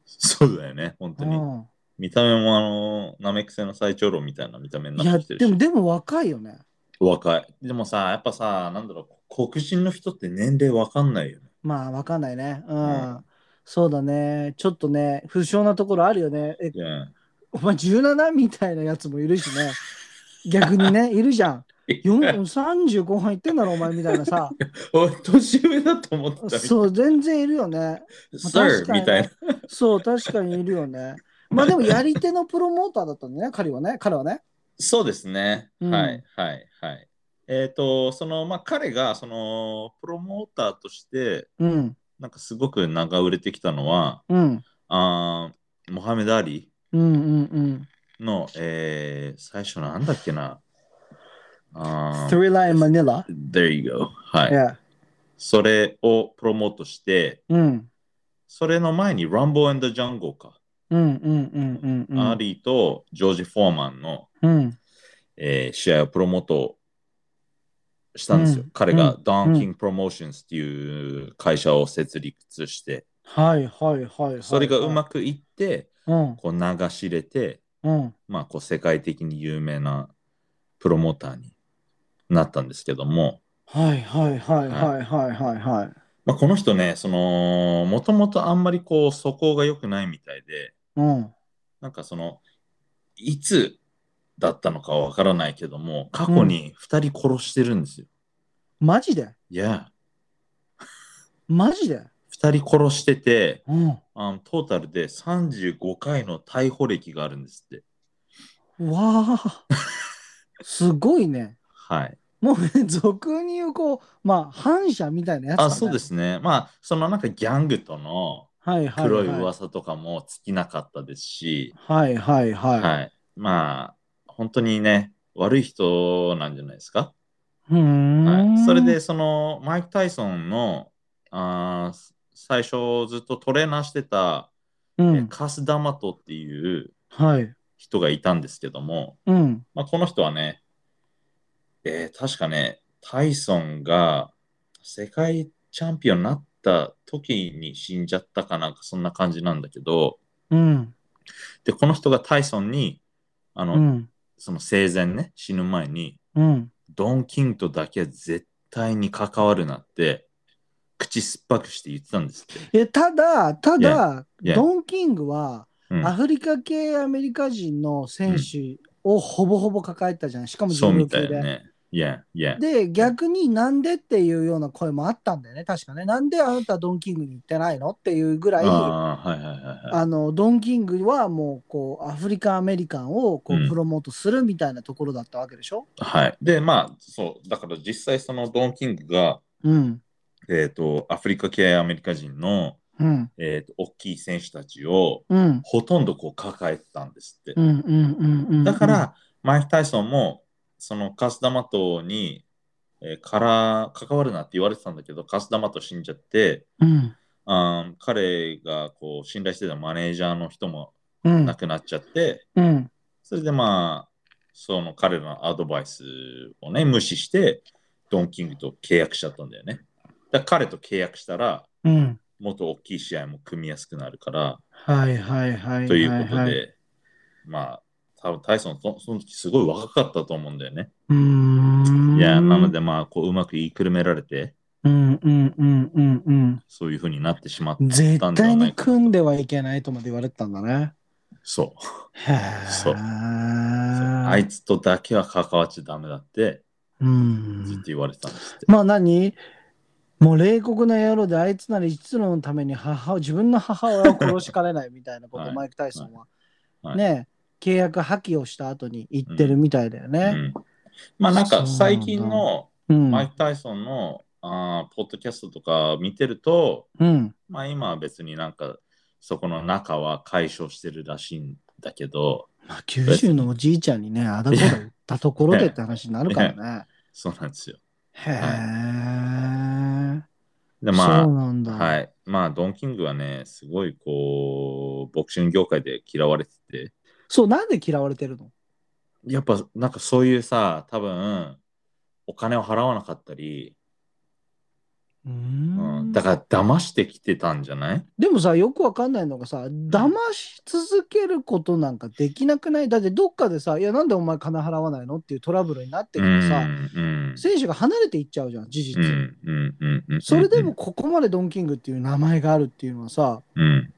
A: そうだよね、本当
B: う
A: に。
B: ん
A: 見た目もあの、ナメクセの最長老みたいな見た目に
B: い
A: な
B: や、
A: ってきてるし
B: で。も、でも若いよね。
A: 若い。でもさ、やっぱさ、なんだろう、黒人の人って年齢わかんないよね。
B: まあ、わかんないね。う
A: うん
B: ん。そうだね。ちょっとね、不詳なところあるよね。え
A: い、や、
B: お前17みたいなやつもいるし ね。逆にね、いるじゃん。4 30後半いってんだろ、お前みたいなさ。
A: お年上だと思ってた。
B: そう、全然いるよね。
A: Sir
B: 確かに
A: みたいな。
B: そう、確かにいるよね。まあでも、やり手のプロモーターだったんだね、彼はね。彼はね。
A: そうですね。
B: うん
A: はい、はい、はい。えっ、と、その、まあ、彼が、その、プロモーターとして、
B: うん、
A: なんかすごく名が売れてきたのは、
B: うん、
A: あーモハメド・アリ
B: うん、うん、うん。
A: の、えー、最初なんだっけな。あー
B: Three Line Manila.
A: There you go. はい。
B: Yeah.
A: それをプロモートして、
B: うん。
A: それの前に Rumble and Jungle か。
B: うんうんうんうんうん。
A: アーリーとジョージ・フォーマンの、
B: うん。
A: えー試合をプロモートしたんですよ。
B: うん
A: 彼が
B: う
A: ダンキング・プロモーションズっていう会社を設立して、
B: はいはいはいはい。
A: それがうまくいって、
B: うん
A: こう流し入れて、
B: うん。
A: まあ、こう世界的に有名なプロモーターになったんですけども、
B: はいはいはいはいはいはいはい。
A: まあ、この人ね、その、もともとあんまりこう、素行が良くないみたいで、
B: うん。
A: なんかその、いつだったのかはわからないけども、過去に2人殺してるんですよ。
B: マジで
A: いや、
B: マジで
A: 2人殺してて、
B: うん。
A: あのトータルで35回の逮捕歴があるんですって。
B: わあ。すごいね。
A: はい。
B: もうね、俗に言うこう、まあ、反社みたいなやつだね、
A: あ、そうですね。まあ、そのなんかギャングとの
B: はいはいはい。
A: 黒い噂とかも尽きなかったですし、
B: はいはいはい。
A: はい。まあ、本当にね、悪い人なんじゃないですか。
B: うーん、
A: はい、それで、そのマイク・タイソンのあー最初ずっとトレーナーしてた、
B: う
A: え
B: ん、
A: カス・ダマトっていう
B: はい。
A: 人がいたんですけども、
B: うん。
A: まあ、この人はね、えー確かね、タイソンが世界チャンピオンになった時に死んじゃったかなんか、そんな感じなんだけど、
B: うん。
A: で、この人がタイソンに、あの、
B: うん。
A: その生前ね、死ぬ前に、
B: うん。
A: ドン・キングとだけは絶対に関わるなって、口酸っぱくして言ってたんですって。
B: え、ただ、ただ、
A: Yeah.
B: ドン・キングは、
A: うん
B: アフリカ系アメリカ人の選手をほぼほぼ抱えてたじゃん。しかも自
A: そう
B: 分
A: みた
B: 系
A: い
B: で。
A: ね。いや、いや。
B: で、逆になんでっていうような声もあったんだよね、確かね。なんであなたドン・キングに行ってないのっていうぐらい、あ
A: ああ、はいはいはいはい。
B: の、ドン・キングはもう、こう、アフリカ・アメリカンをこ
A: う
B: うんプロモートするみたいなところだったわけでしょ
A: はい。で、まあ、そう、だから実際そのドン・キングが、
B: うん。
A: えっ、と、アフリカ系アメリカ人の、
B: うん。
A: えっ、と、大きい選手たちを、
B: うん。
A: ほとんどこう抱えてたんですって。
B: うんうんうんうん。
A: だから、マイク・タイソンも、そのカスダマトに、えーから関わるなって言われてたんだけど、カスダマト死んじゃって、
B: うん、
A: あー彼がこう信頼してたマネージャーの人も
B: うん、
A: 亡くなっちゃって、
B: うん、
A: それでまあ、その彼らのアドバイスをね、無視して、ドン・キングと契約しちゃったんだよね。だから彼と契約したら、
B: うん。
A: もっと大きい試合も組みやすくなるから、
B: はいはいはい。
A: ということで、
B: はいはい。
A: まあ、多分タイソンそ、その時すごい若かったと思うんだよね。
B: うーん。
A: いや、なので。まあ、こう、うまく言いくるめられて、
B: うんうんうんうん
A: そういうふうになってしまった
B: うん。
A: んで
B: 絶
A: はない
B: 対に
A: か
B: 組んではいけないとまで言われてたんだね。
A: そう。
B: へえ。
A: そうあ。
B: はい
A: つとだけは関わっちゃダメだって、ず
B: う
A: っと
B: ん。
A: 言われてたんですって。
B: まあ何もう冷酷な野郎であいつなら一度のために母を自分の母親を殺しかねないみたいなこと
A: はい
B: マイク・タイソンは、
A: はい
B: ね契約破棄をした後に言ってるみたいだよ
A: う
B: ね。
A: ん、まあ、なん
B: そう
A: か
B: なんだ
A: 最近の、
B: うん。
A: マイク・タイソンのあーポッドキャストとか見てると、
B: うん。
A: まあ、今は別になんかそこの中は解消してるらしいんだけど、
B: まあ、九州のおじいちゃんにね、あだこだ言ったところでって話になるからね。
A: そうなんですよ。
B: へえ。
A: でま
B: そ
A: あ
B: うなんだ。
A: はいまあ、ドン・キングはね、すごいこう、ボクシング業界で嫌われてて、
B: そう、なんで嫌われてるの
A: やっぱなんかそういうさ、多分お金を払わなかったり、
B: うー
A: うん
B: ん
A: だから騙してきてたんじゃない
B: でもさ、よくわかんないのがさ、騙し続けることなんかできなくないだってどっかでさ、いや、なんでお前金払わないのっていうトラブルになって
A: う
B: く
A: ん
B: るとさ、
A: うん
B: 選手が離れていっちゃうじゃん、事
A: う
B: 実。
A: んうんうんうん
B: それでも、ここまでドンキングっていう名前があるっていうのはさ、
A: うん、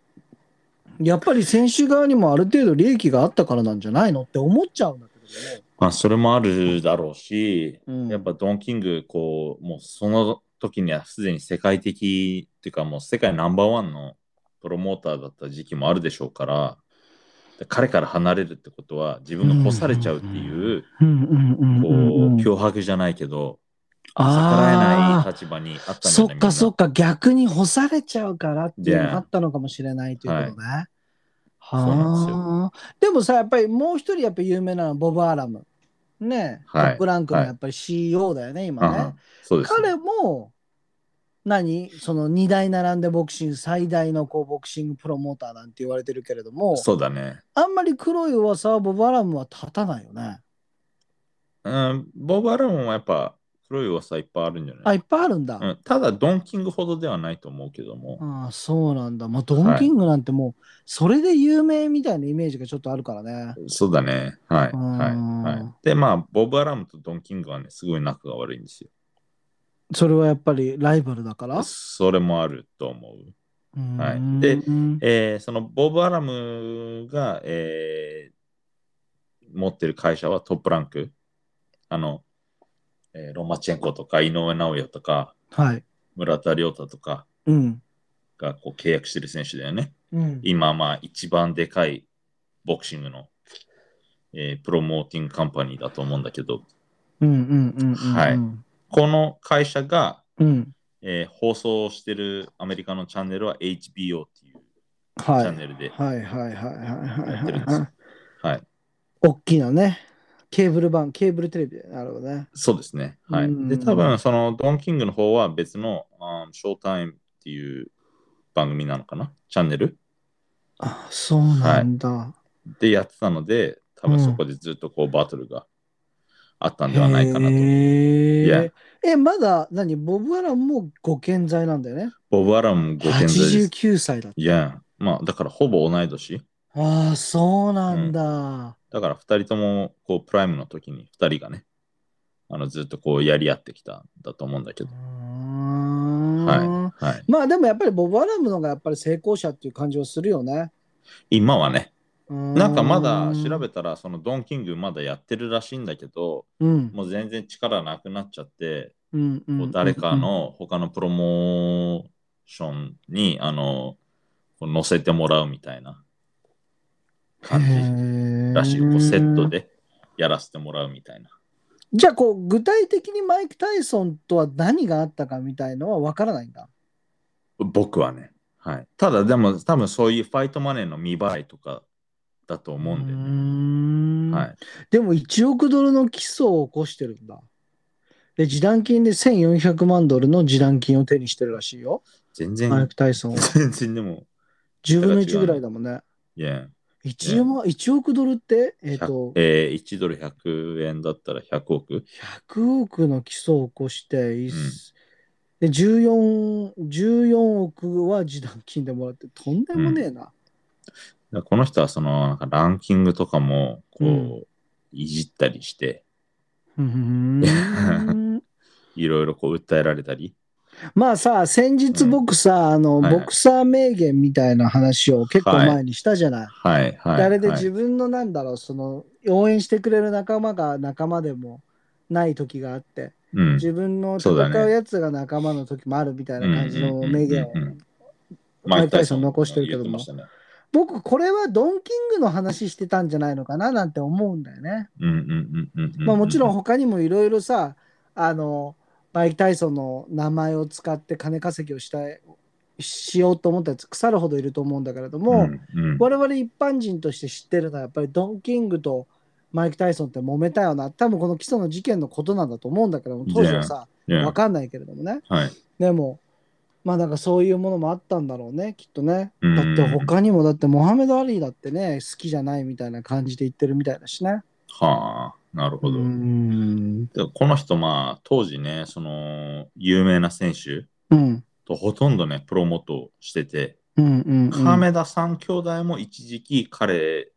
B: やっぱり選手側にもある程度利益があったからなんじゃないのって思っちゃうんだけどね。
A: まあ、それもあるだろうし、
B: うん
A: やっぱドン・キング、こう、もうその時にはすでに世界的っていうか、もう世界ナンバーワンのプロモーターだった時期もあるでしょうから、で彼から離れるってことは、自分が干されちゃうっていう、
B: うんうんうん
A: こう
B: うんうん、
A: 脅迫じゃないけど、逆らえな
B: あ
A: い
B: あ
A: 立場にあったんだ
B: そ
A: よね
B: っかそっ
A: か。
B: か逆に干されちゃうからっていうの
A: Yeah
B: があったのかもしれないということね。
A: そうなんですよ
B: はあでもさやっぱりもう一人やっぱ有名なのはボブ・アラム。ね、
A: はい
B: トップランクのやっぱり CEO だよね、
A: うんう
B: 今
A: ん
B: ね。
A: そうです、
B: 彼も、何その2代並んでボクシング最大のこうボクシングプロモーターなんて言われてるけれども
A: そうだね。
B: あんまり黒い噂はボブ・アラムは立たないよね。
A: うん、ボブ・アラモンはやっぱ黒い噂いっぱいあるんじゃない
B: あいっぱいあるんだ。
A: うん、ただ、ドンキングほどではないと思うけども。
B: ああそうなんだ。まあドン・キングなんてもうそれで有名みたいなイメージがちょっとあるからね。
A: そうだね。はい。
B: うーん
A: はい。はい、で、まあ、ボブ・アラムとドン・キングはね、すごい仲が悪いんですよ。
B: それはやっぱりライバルだから。
A: それもあると思う。はい
B: うん
A: で
B: うん
A: えーそのボブ・アラムが、えー持ってる会社はトップランク。あの、えーロマチェンコとか井上尚弥とか
B: はい。
A: 村田亮太とか
B: うん。
A: がこう契約してる選手だよね。
B: うん。
A: 今、まあ、一番でかいボクシングの、えープロモーティングカンパニーだと思うんだけど、
B: うんうんうんうんうん。
A: はいこの会社が、
B: うん。
A: えー放送してるアメリカのチャンネルは HBO っていうチ
B: はい。
A: ャンネルで
B: はいはいはいはいはい
A: やっ
B: は
A: て
B: い
A: るんです
B: は
A: よ
B: い。。
A: はい。
B: 大きなね。ケーブル版、ケーブルテレビだよねなるほどね。
A: そうですね。は
B: うん
A: い。で、多分そのドン・キングの方は別の、あーショータイムっていう番組なのかなチャンネル
B: あ、そうなんだ。
A: でやってたので、多分そこでずっとこうバトルがあったんではないかなと。
B: へー
A: いや
B: え、まだ何ボブ・アランもご健在なんだよね。
A: ボブ・アラムもご健在です。
B: 89歳だ。
A: いや、まあだからほぼ同い年。
B: ああ、そうなんだ。
A: だから2人ともこうプライムの時に2人がね、あのずっとこうやり合ってきたんだと思うんだけど。
B: うーん
A: はい、
B: まあでもやっぱりボブ・アラムの方がやっぱり成功者っていう感じはするよね。
A: 今はね、な
B: なん
A: かまだ調べたら、そのドン・キングまだやってるらしいんだけど、
B: うん
A: もう全然力なくなっちゃって、
B: うんうん
A: こう誰かの他のプロモーションに、あの、こう乗せてもらうみたいな感じらしい。こうセット。
B: へー
A: でやらせてもらうみたいな。
B: じゃあこう具体的にマイク・タイソンとは何があったかみたいのは分からないんだ。
A: 僕はね。はい。ただでも多分そういうファイトマネーの見栄えとかだと思うんで
B: う
A: ね。
B: ーん
A: はい。
B: でも1億ドルの起訴を起こしてるんだ。で、示談金で1400万ドルの示談金を手にしてるらしいよ。
A: 全
B: マイ
A: 然
B: ク・、タイソンは。
A: 全然でも、
B: 10分の1ぐらいだもんね。
A: いや。
B: 1, 万1億ドルって、えっ、
A: 100、
B: と
A: えー1ドル100円だったら100億
B: 100億の起訴を起こして、いっ
A: うん
B: で 14, 14億は示談金でもらって、とんでもねえな。
A: だからこの人はそのなんかランキングとかもこう、
B: うん
A: いじったりして
B: うーん
A: いろいろこう訴えられたり
B: まあさ、先日僕さ、あの、
A: はいはい
B: ボクサー名言みたいな話を結構前にしたじゃない。
A: はいはい
B: であれで
A: はい
B: 自分のなんだろう、その、応援してくれる仲間が仲間でもない時があって、
A: うん
B: 自分の戦
A: そうだね
B: うやつが仲間の時もあるみたいな感じの名言を
A: うんうんうんうん。
B: マイク・タイソン残してるけど
A: マ
B: も
A: イク、タイソン言ってまし
B: 僕、これはドン・キングの話してたんじゃないのかななんて思うんだよね。
A: たねうんうんうんうんうん
B: まあもちろん他にもいろいろさ、あの、マイク・タイソンの名前を使って金稼ぎをしたい、しようと思ったやつ腐るほどいると思うんだけれども、
A: うんうん
B: 我々一般人として知ってるのはやっぱりドン・キングとマイク・タイソンって揉めたよな多分この基礎の事件のことなんだと思うんだけども当時はさ
A: いや
B: 分かんないけれどもね
A: はい
B: でもまあなんかそういうものもあったんだろうねきっとね
A: うん
B: だって他にもだってモハメド・アリーだってね好きじゃないみたいな感じで言ってるみたいだしね
A: はあなる
B: う
A: ほど、
B: ん
A: でこの人まあ当時ねその有名な選手
B: うん
A: とほとんどねプロモートしてて
B: うんうんうん
A: 亀田三兄弟も一時期彼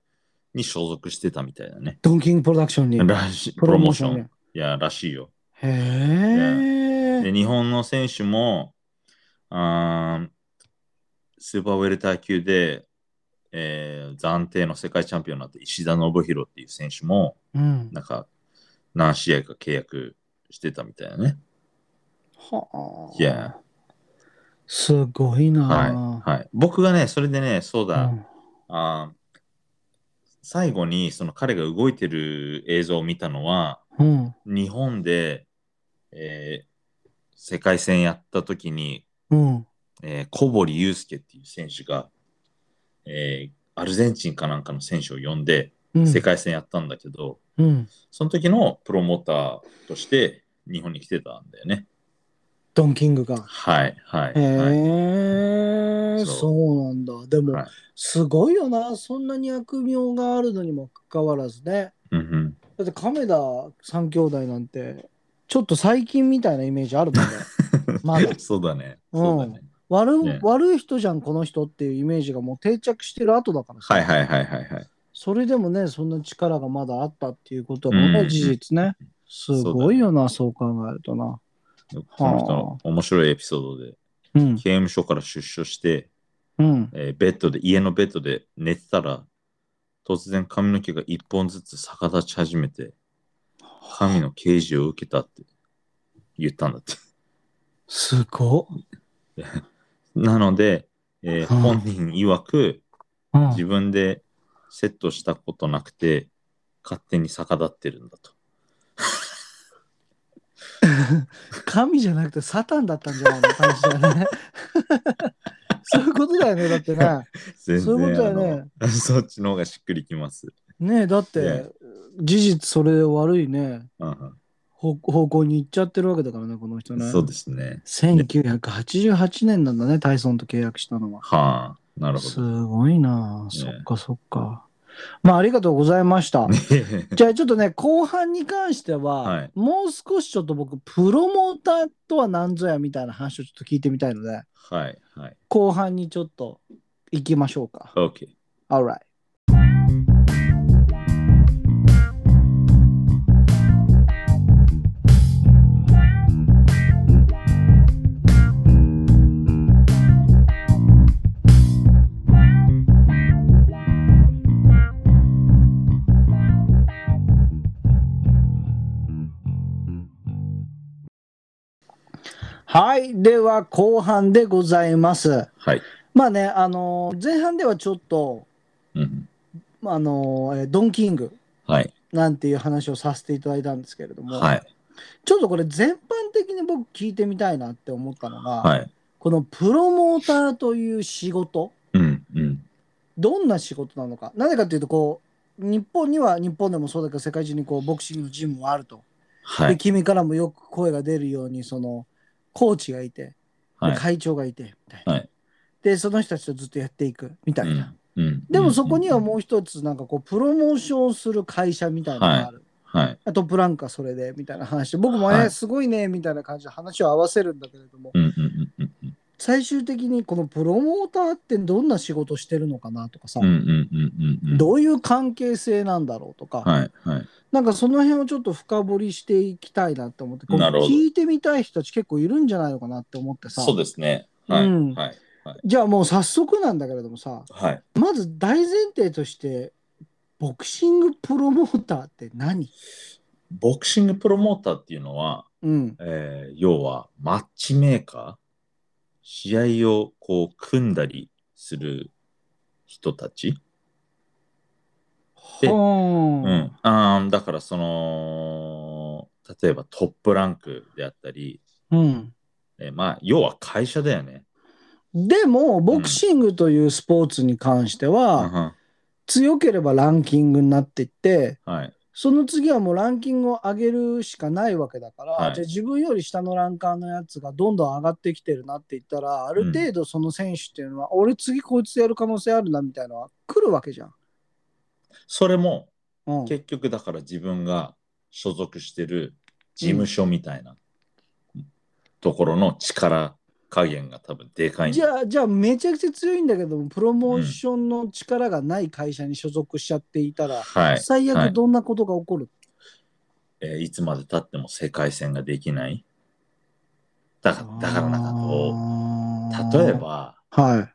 A: に所属してたみたいだね。
B: ドン・キング・プロダクションに
A: らしいプロモーション。いや、らしいよ。
B: へえ
A: で、日本の選手も、あースーパーウェルター級で、えー暫定の世界チャンピオンになった石田信弘っていう選手も、
B: うん
A: なんか、何試合か契約してたみたいだね。
B: はあ
A: Yeah
B: すごいな
A: はい。はい、僕がね、それでね、そうだ、
B: うん
A: あー最後にその彼が動いてる映像を見たのは、
B: うん。
A: 日本で、えー世界戦やった時に、
B: うん。
A: えー小堀祐介っていう選手が、えーアルゼンチンかなんかの選手を呼んで、
B: うん
A: 世界戦やったんだけど、
B: うん。
A: その時のプロモーターとして日本に来てたんだよね。
B: ドンキングが。
A: はいはい、
B: へ
A: はいそう
B: え、そうなんだ。でも
A: はい、
B: すごいよな。そんなに悪名があるのにもかかわらずね。
A: うんうん。
B: だって亀田三兄弟なんて、ちょっと最近みたいなイメージある もんね。まだ
A: そうだね。
B: うん
A: そうだね。
B: 悪い
A: ね
B: 悪い人じゃん、この人っていうイメージがもう定着してる後だからさ。
A: はいはいはいはいはい。
B: それでもね、そんな力がまだあったっていうこともね、
A: うん
B: 事実ね。すごいよな、そう考えるとな。
A: この人の面白いエピソードで、
B: うん
A: 刑、務所から出所して、
B: うん。
A: えーベッドで、家のベッドで寝てたら、突然髪の毛が一本ずつ逆立ち始めて、神の刑事を受けたって言ったんだって。
B: すごっ。
A: なので、えー
B: うん
A: 本人曰く、
B: うん
A: 自分でセットしたことなくて、勝手に逆立ってるんだと。
B: 神じゃなくてサタンだったんじゃないの感じだ よね。そういうことだよね、だってね。
A: 全然
B: そういうことだよね
A: あの そっちの方がしっくりきます。
B: ねえ、だって、
A: ね
B: 事実それ悪いね、
A: うん
B: 方方向に行っちゃってるわけだからね、この人
A: うん
B: ね。
A: そうですね。
B: 1988年なんだね、タイソンと契約したのは。
A: はあ、なるほ
B: す
A: ど。
B: ごいな、
A: ね
B: そっかそっか。まあ、ありがとうございました。じゃあちょっとね、後半に関しては、
A: はい
B: もう少しちょっと僕、プロモーターとは何ぞやみたいな話をちょっと聞いてみたいので、
A: はいはい。
B: 後半にちょっと行きましょうか。
A: OK。
B: Alright. はい。では、後半でございます。
A: はい。
B: まあね、あのー前半ではちょっと、
A: うん、
B: あのーえードンキング
A: はい。
B: なんていう話をさせていただいたんですけれども、
A: はい。
B: ちょっとこれ全般的に僕聞いてみたいなって思ったのが、
A: はい。
B: このプロモーターという仕事、
A: うんうん。
B: どんな仕事なのか。なぜかというと、こう、日本には、日本でもそうだけど、世界中にこうボクシングのジムはあると。
A: は
B: で、
A: い。
B: 君からもよく声が出るように、その、コーチがいて、で
A: はい。
B: 会長がいて、みたいな。
A: はい
B: で、その人たちとずっとやっていく、みたいな。
A: うんうん
B: でもそこにはもう一つなんかこうプロモーションする会社みたいなのがある。
A: うん、はい。
B: あとプランかそれでみたいな話で僕もね、
A: はい
B: すごいねみたいな感じで話を合わせるんだけれども、
A: うんうんうんうんうん。
B: 最終的にこのプロモーターってどんな仕事してるのかなとかさ、
A: うんうんうんうんうん。
B: どういう関係性なんだろうとか、
A: はいはい。
B: なんかその辺をちょっと深掘りしていきたいなって思ってこう
A: なるほど
B: 聞いてみたい人たち結構いるんじゃないのかなって思ってさ
A: そうですね。はい。
B: うん
A: はい。
B: じゃあもう早速なんだけれどもさ、
A: はい。
B: まず大前提としてボクシングプロモーターって何
A: ボクシングプロモーターっていうのは、
B: うん。
A: えー要はマッチメーカー試合をこう組んだりする人たち、でうん
B: は
A: あーだからその例えばトップランクであったり、
B: あうん。
A: えーまあ要は会社だよね。
B: でもボクシングというスポーツに関しては、
A: うんは
B: 強ければランキングになっていって
A: い
B: その次はもうランキングを上げるしかないわけだから、
A: はい
B: じゃあ自分より下のランカーのやつがどんどん上がってきてるなって言ったらある程度その選手っていうのは、俺次こいつやる可能性あるなみたいなのは来るわけじゃん。
A: それも
B: うん、
A: 結局だから自分が所属してる事務所みたいなところの力加減が多分でかいんだ
B: じゃあ、じゃあめちゃくちゃ強いんだけども、プロモーションの力がない会社に所属しちゃっていたら、
A: はい
B: 最
A: は
B: 悪
A: い
B: どんなことが起こる、
A: えーいつまでたっても世界線ができない。だから、だからなんかこう、例え。ば、
B: は
A: う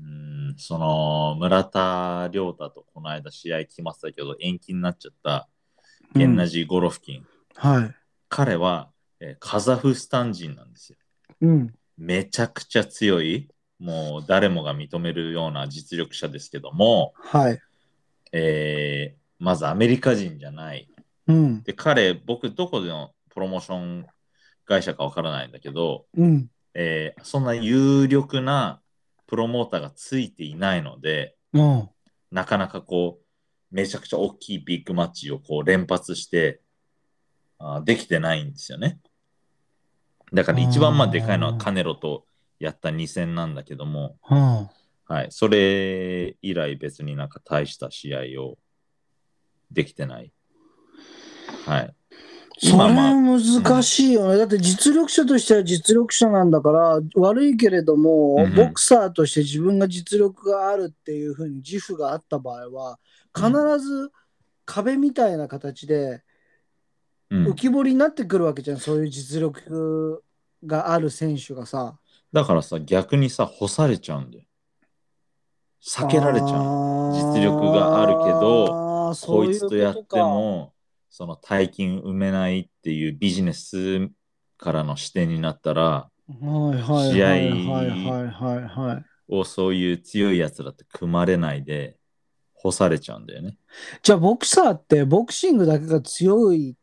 A: ーん、その、村田亮太とこの間試合来ましたけど、延期になっちゃった、
B: い。
A: ゲンナジー・ゴロフキン。
B: はい。
A: 彼は、えーカザフスタン人なんですよ。
B: うん。
A: めちゃくちゃ強い、もう誰もが認めるような実力者ですけども、
B: はい。
A: えーまずアメリカ人じゃない。
B: うん。
A: で、彼、僕、どこでのプロモーション会社かわからないんだけど、
B: うん。
A: えーそんな有力なプロモーターがついていないので、
B: うん。
A: なかなかこう、めちゃくちゃ大きいビッグマッチをこう連発して、あーできてないんですよね。だから一番まあでかいのはカネロとやった2戦なんだけども、
D: うん。
A: はい、それ以来別になんか大した試合をできてない。はい。
B: それ
A: 今まあ
B: 難しいよね。だって実力者としては実力者なんだから、悪いけれども、
A: うんうん
B: ボクサーとして自分が実力があるっていうふうに自負があった場合は、必ず壁みたいな形で
A: うん
B: 浮き彫りになってくるわけじゃん。そういう実力がある選手がさ。
A: だからさ、逆にさ、干されちゃうんだよ。避けられちゃう。
B: う
A: 実力があるけど
B: ど
A: こいつとやっても、その大金埋めないっていうビジネスからの視点になったら、
B: はいはい
A: 試合
B: はいはいはいはいはい。
A: をそういう強いやつらって組まれないで、干されちゃうんだよね。
B: じゃあボクサーってボクシングだけが強い、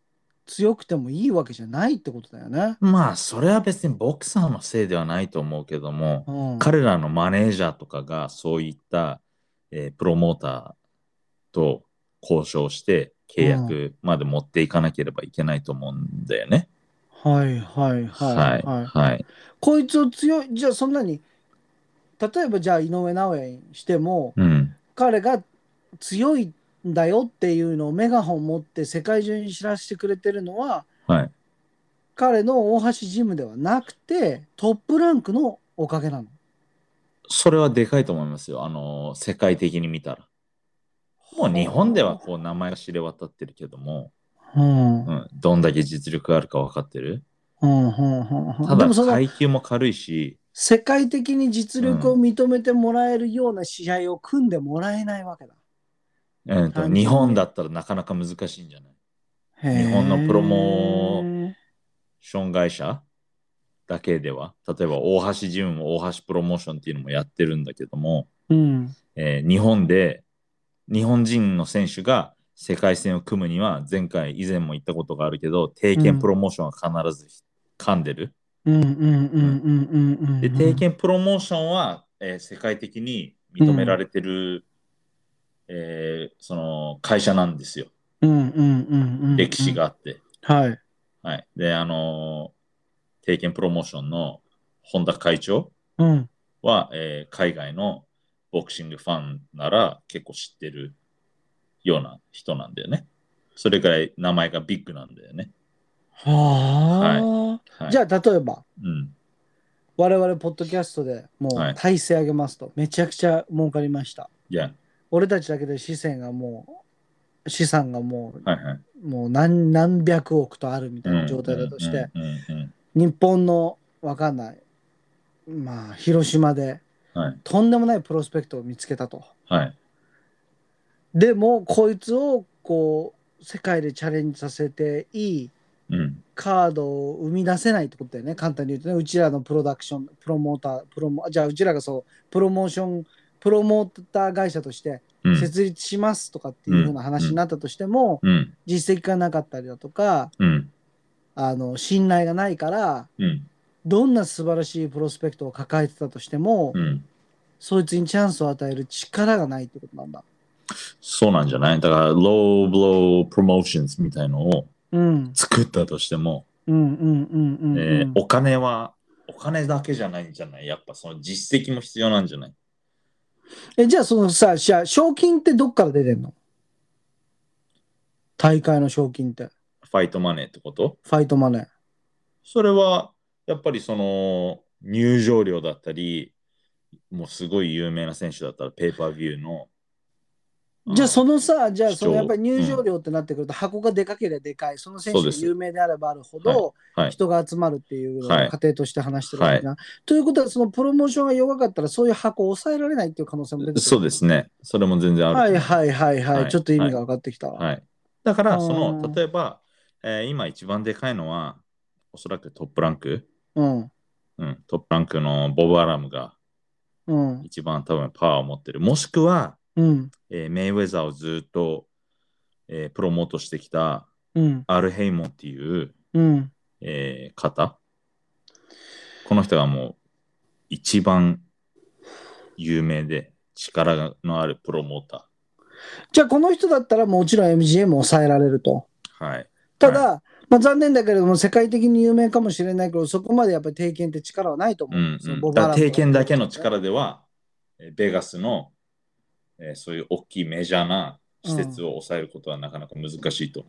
B: 強くてもいいわけじゃないってことだよね。
A: まあ、それは別にボクサーのせいではないと思うけども、
B: うん、
A: 彼らのマネージャーとかがそういった、えープロモーターと交渉して契約まで持っていかなければいけないと思うんだよね。
B: はいは
A: は
B: いはい
A: い。
B: はい。
A: はい。
B: こいつを強い、じゃあそんなに、例えばじゃあ井上尚弥にしても、
A: うん。
B: 彼が強いんだよっていうのをメガホン持って世界中に知らせてくれてるのは、
A: はい
B: 彼の大橋ジムではなくて、トップランクのおかげなの。
A: それはでかいと思いますよ。あのー、世界的に見たら。もう日本ではこう名前が知れ渡ってるけども、
B: うん。
A: うん、どんだけ実力があるか分かってる。
B: うんうんうんうん
A: た
B: で
A: だ
B: もその
A: 階級も軽いし、
B: 世界的に実力を認めてもらえるような試合を組んでもらえないわけだ。
A: うんと、
B: 単純に
A: 日本だったらなかなか難しいんじゃない日本のプロも障害者だけでは例えば大橋ジムも大橋プロモーションっていうのもやってるんだけども、
B: うん。
A: えー日本で日本人の選手が世界戦を組むには前回以前も言ったことがあるけど定
B: うん
A: 見プロモーションは必ず噛んでる、
B: うんうんうんうんうんうん。
A: で定見プロモーションは、えー世界的に認められてる、えーその会社なんですよ
B: うんうんうんうん。
A: 歴史が。あって、
B: はい。
A: はいであのー定見プロモーションの本田会長、
B: うん。
A: は、えー海外のボクシングファンなら結構知ってるような人なんだよね。それぐらい名前がビッグなんだよね。
B: は
A: は
B: あ。
A: い、
B: じゃ
A: あ、
B: あ例えば、
A: うん、
B: 我々ポッドキャストでも
A: は
B: う
A: い
B: 体制上げますと、めちゃくちゃ儲かりました。
A: いや、
B: 俺たちだけで資産がもう、資産がもう、
A: はいはい。
B: もう何何百億とあるみたいな状態だとして、
A: うんうん
B: 日本のわかんないまあ広島で
A: うん、はい
B: とんでもないプロスペクトを見つけたと
A: はい。
B: でもこいつをこう世界でチャレンジさせていい
A: うん、
B: カードを生み出せないってことだよね簡単に言うとねうちらのプロダクションプロモータープロモじゃあうちらがそうプロモーションプロモーター会社として
A: うん、
B: 設立しますとかっていうふうな話になったとしても、
A: うん、
B: 実績がなかったりだとか
A: うん、
B: あの信頼がないから
A: うん、
B: どんな素晴らしいプロスペクトを抱えてたとしても、
A: うん。
B: そいつにチャンスを与える力がないってことなんだ。
A: そうなんじゃないだから、ローブロープロモーションズみたいのを
B: うん、
A: 作ったとしても、
B: うん、うん、うん、うん。
A: えーお金は、お金だけじゃないんじゃないやっぱその実績も必要なんじゃない
B: え、じゃあそのさ、じゃあ賞金ってどっから出てんの大会の賞金って、
A: ファイトマネーってこと
B: ファイトマネー。
A: それはやっぱりその入場料だったり、もうすごい有名な選手だったらペーパービューの。
B: じゃあそ
A: の
B: のさ、じゃあそ
A: 視
B: の
A: 聴
B: やっぱり入場料ってなってくると箱がでかければでかい、その選手
A: そう
B: が
A: です
B: 有名であればあるほど
A: はいはい
B: 人が集まるっていう
A: は
B: 過
A: い
B: 程として話してるわけな。ということはそのプロモーションが弱かったらそういう箱を抑えられないっていう可能性も出てくる。
A: そうですね。それも全然あると
B: は
A: 思。
B: いうはいはいはい。
A: はい
B: ちょっと意味が分かってきたわ。
A: はい。だから、そ
B: あ
A: の
B: ー
A: 例えば、えー今一番でかいのは、おそらくトップランク、
B: うん。
A: うん、トップランクのボブ・アラムが
B: うん。
A: 一番多分パワーを持ってる。もしくは、
B: うん。
A: えーメイウェザーをずっと、えープロモートしてきた
B: うん。
A: アル・ヘイモンっていう、
B: うん。
A: えー方。この人がもう一番有名で力のあるプロモータ
B: じゃあこの人だったらもちろん MGM を抑えられると。
A: はい。
B: ただ、まあ、残念だけれども、世界的に有名かもしれないけど、そこまでやっぱり定見って力はないと思
A: う
B: うん
A: ん
B: です
A: う
B: よ。
A: ん、
B: ボブ
A: だ
B: ア
A: から
B: ランと
A: 経
B: か
A: 験だけの力では、えーベガスの、えーそういう大きいメジャーな施設を抑えることはなかなか難しいと。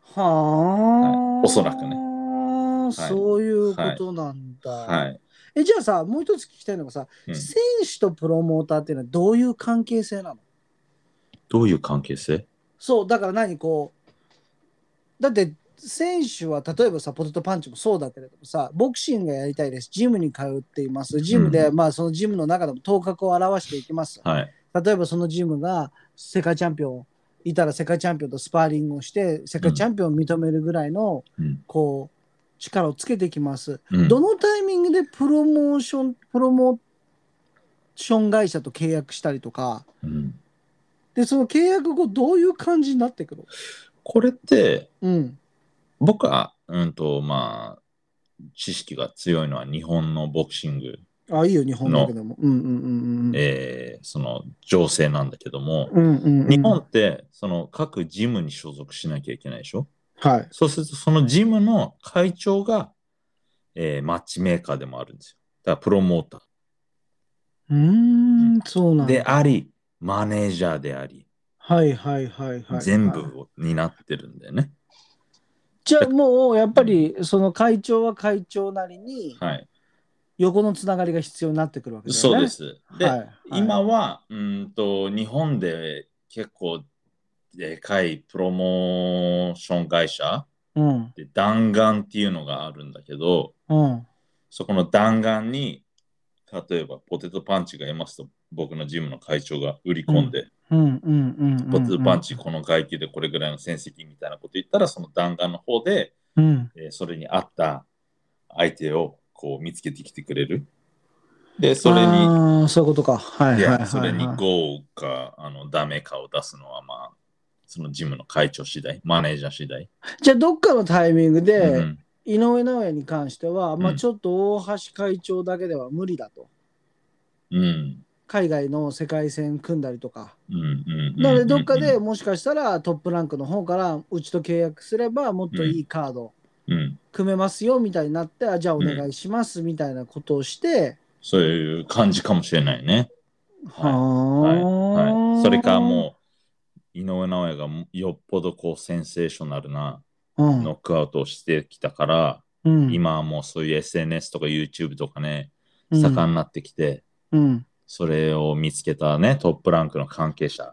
B: はあ、
A: はいおそらくね
B: ねそういうことなんだ。
A: はい。
B: えじゃあさ、もう一つ聞きたいのがさ、
A: うん
B: 選手とプロモーターっていうのはどういう関係性なの
A: どういう関係性
B: そう、だから何こう、だって選手は例えばさ、ポテトパンチもそうだけれどもさ、ボクシングがやりたいです、ジムに通っています、ジムで、
A: う
B: まあそのジムの中でも頭角を現していきます。
A: はい。
B: 例えばそのジムが世界チャンピオンいたら世界チャンピオンとスパーリングをして世界チャンピオンを認めるぐらいの、
A: うん
B: こう力をつけてきます、
A: うん
B: どのタイミングでプロモーションプロモーション会社と契約したりとか
A: うん
B: でその契約後どういう感じになってくる
A: これって、
B: うん
A: 僕は、うんと、まあ、知識が強いのは日本のボクシング、
B: あいいよ日本だけどもうんうんうんうん
A: えーその情勢なんだけども、
B: うんうんうん
A: 日本ってその各ジムに所属しなきゃいけないでしょ
B: はい
A: そうするとそのジムの会長が、えーマッチメーカーでもあるんですよ。だからプロモータ
B: うーんそう
A: ー
B: なんだ
A: であり、マネージャーであり、
B: はいはいはいはい
A: 全部を担ってるんだよね。
B: じゃあもうやっぱりその会長は会長なりに、
A: はい。
B: 横のつながりが必要になってくるわけだよね。
A: そうで。す。で、
B: はいはい
A: 今はうんと日本で結構でかいプロモーション会社
B: うん。
A: で弾丸っていうのがあるんだけど、
B: うん。
A: そこの弾丸に、例えばポテトパンチがいますと、僕のジムの会長が売り込んで、
B: うん。うん。うん。うん
A: ポテトパン。チこの階級でこれぐらいの戦績みたいなこと言ったら、その弾丸の方で、
B: うん。
A: えーそれに合った相手をこう見つけてきてくれる。で、それに、
B: ああ、そういうことか。はいはいいはい、は
A: や、
B: い。
A: それに GO かあのダメかを出すのは、まあ、そのジムの会長次第、マネージャー次第。
B: じゃあ、どっかのタイミングで、
A: うん
B: 井上尚弥に関しては、ま
A: う
B: あ、
A: ん
B: ちょっと大橋会長だけでは無理だと。
A: うん
B: 海外の世界戦組んだりとか。
A: うんうんうん
B: なので、どっか
A: う
B: で
A: ん
B: もしかしたらトップランクの方から、うちと契約すれば、もっといいカード
A: うん、
B: 組めますよみたいになって、あじゃあお願いしますみたいなことをして、
A: そういう感じかもしれないね。はいはい
B: は
A: はい、それかもう井上尚弥がよっぽどこうセンセーショナルな
B: う、うん、
A: ノックアウトをしてきたから、
B: うん、
A: 今はもうそういう SNS とか YouTube とかね、
B: うん
A: 盛んになってきて、
B: うん。
A: それを見つけたねトップランクの関係者
B: は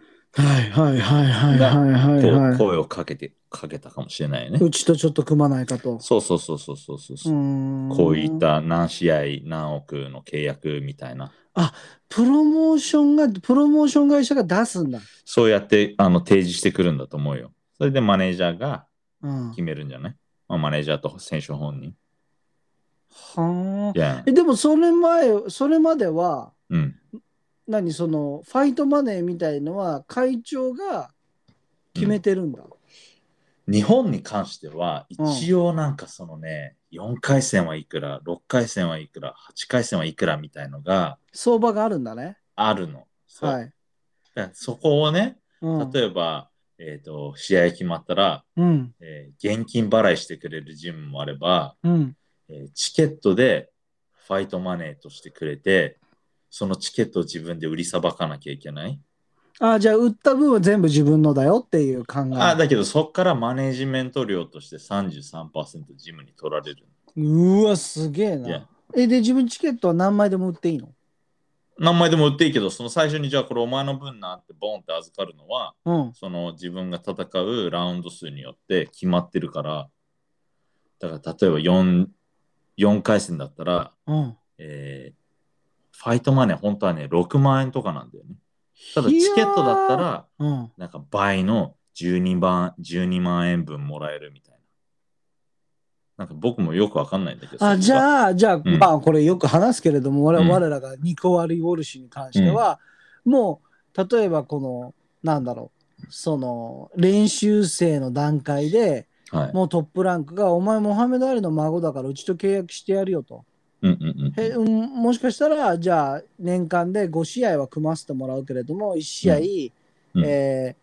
B: いはいはいはいはい
A: こ
B: は
A: う
B: い、は
A: 声をかけてかけたかもしれないね
B: い。。うちとちょっと組まないかと。
A: そうそうそうそうそうそうう、
B: ーん
A: こういった何試合何億の契約みたいな
B: プロモーションがプロモーション会社が出すんだ、
A: そうやってあの提示してくるんだと思うよ。それでマネージャーが
B: うん、は
A: 決めるんじゃない、まあ、マネージャーと選手本人。
B: あ
A: いや
B: えでもそれ前それまでは
A: うん、
B: 何そのファイトマネーみたいのは会長が決めてるんだ、
A: 日本に関しては一応なんかそのね、4回戦はいくら6回戦はいくら8回戦はいくらみたいのが
B: 相場があるんだね
A: あるの。そう
B: はい、
A: だからそこをね
B: うん、
A: 例えば、えー、と試合決まったら、
B: うん
A: えー現金払いしてくれるジムもあれば、
B: うん
A: えーチケットでファイトマネーとしてくれてそのチケットを自分で売りさばかなきゃいけない。
B: あじゃあ売った分は全部自分のだよっていう考え
A: あだけどそこからマネージメント料として33%ジムに取られる。
B: うわすげえ
A: いや
B: なえで自分チケットは何枚でも売っていいの
A: 何枚でも売っていいけど、その最初にじゃあこれお前の分なってボンって預かるのは、
B: うん
A: その自分が戦うラウンド数によって決まってるから、だから例えば 4, 4回戦だったら、
B: うん
A: えーファイトマネー本当はね、6万円とかなんだよね。ただチケットだった
B: いや
A: ら、
B: ー
A: なんか倍の12万 ,12 万円分もらえるみたいな。なんか僕もよくわかんないんだけど。
B: あじ
A: あ、
B: ゃあじゃあ、
A: ん
B: まあこれよく話すけれども我,、
A: うん
B: 我らがニコワリウォルシュに関しては、もう例えばこのなんだろうその練習生の段階で
A: はい。
B: もうトップランクが「お前モハメド・アリの孫だからうちと契約してやるよ」と
A: うんうん
B: へ、うん、もしかしたらじゃあ年間で5試合は組ませてもらうけれども1試合
A: うん
B: え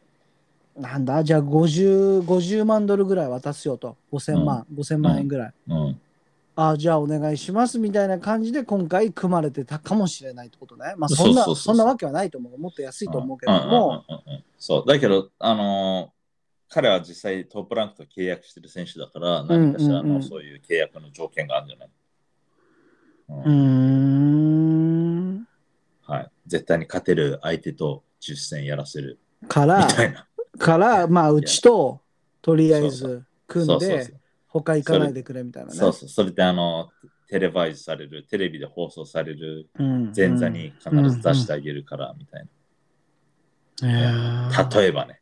B: ーなんだじゃあ 50, 50万ドルぐらい渡すよと5000万、5000万円ぐらい、
A: うん。
B: あじゃあお願いしますみたいな感じで今回組まれてたかもしれないってことね。まあそんな
A: そうそうそうそう
B: そんなわけはないと思う。もっと安いと思うけども、
A: うんうんうんうんうんそう。だけど、あのー彼は実際トップランクと契約してる選手だから、何かしら
B: うんうんう
A: の
B: ん
A: そういう契約の条件があるんじゃない、うん
B: うーん
A: はい。絶対に勝てる相手と10戦やらせる
B: か
A: み
B: ら
A: たいな。
B: からまあうちととりあえず組
A: そ
B: ん
A: うそうそ
B: で
A: う。
B: 他行かないでくれみたいなね。
A: そうそう。それであの、テレバイズされる、テレビで放送される
B: うん
A: 前座に必ず出してあげるから、みたい
B: うん
A: な。例えばね、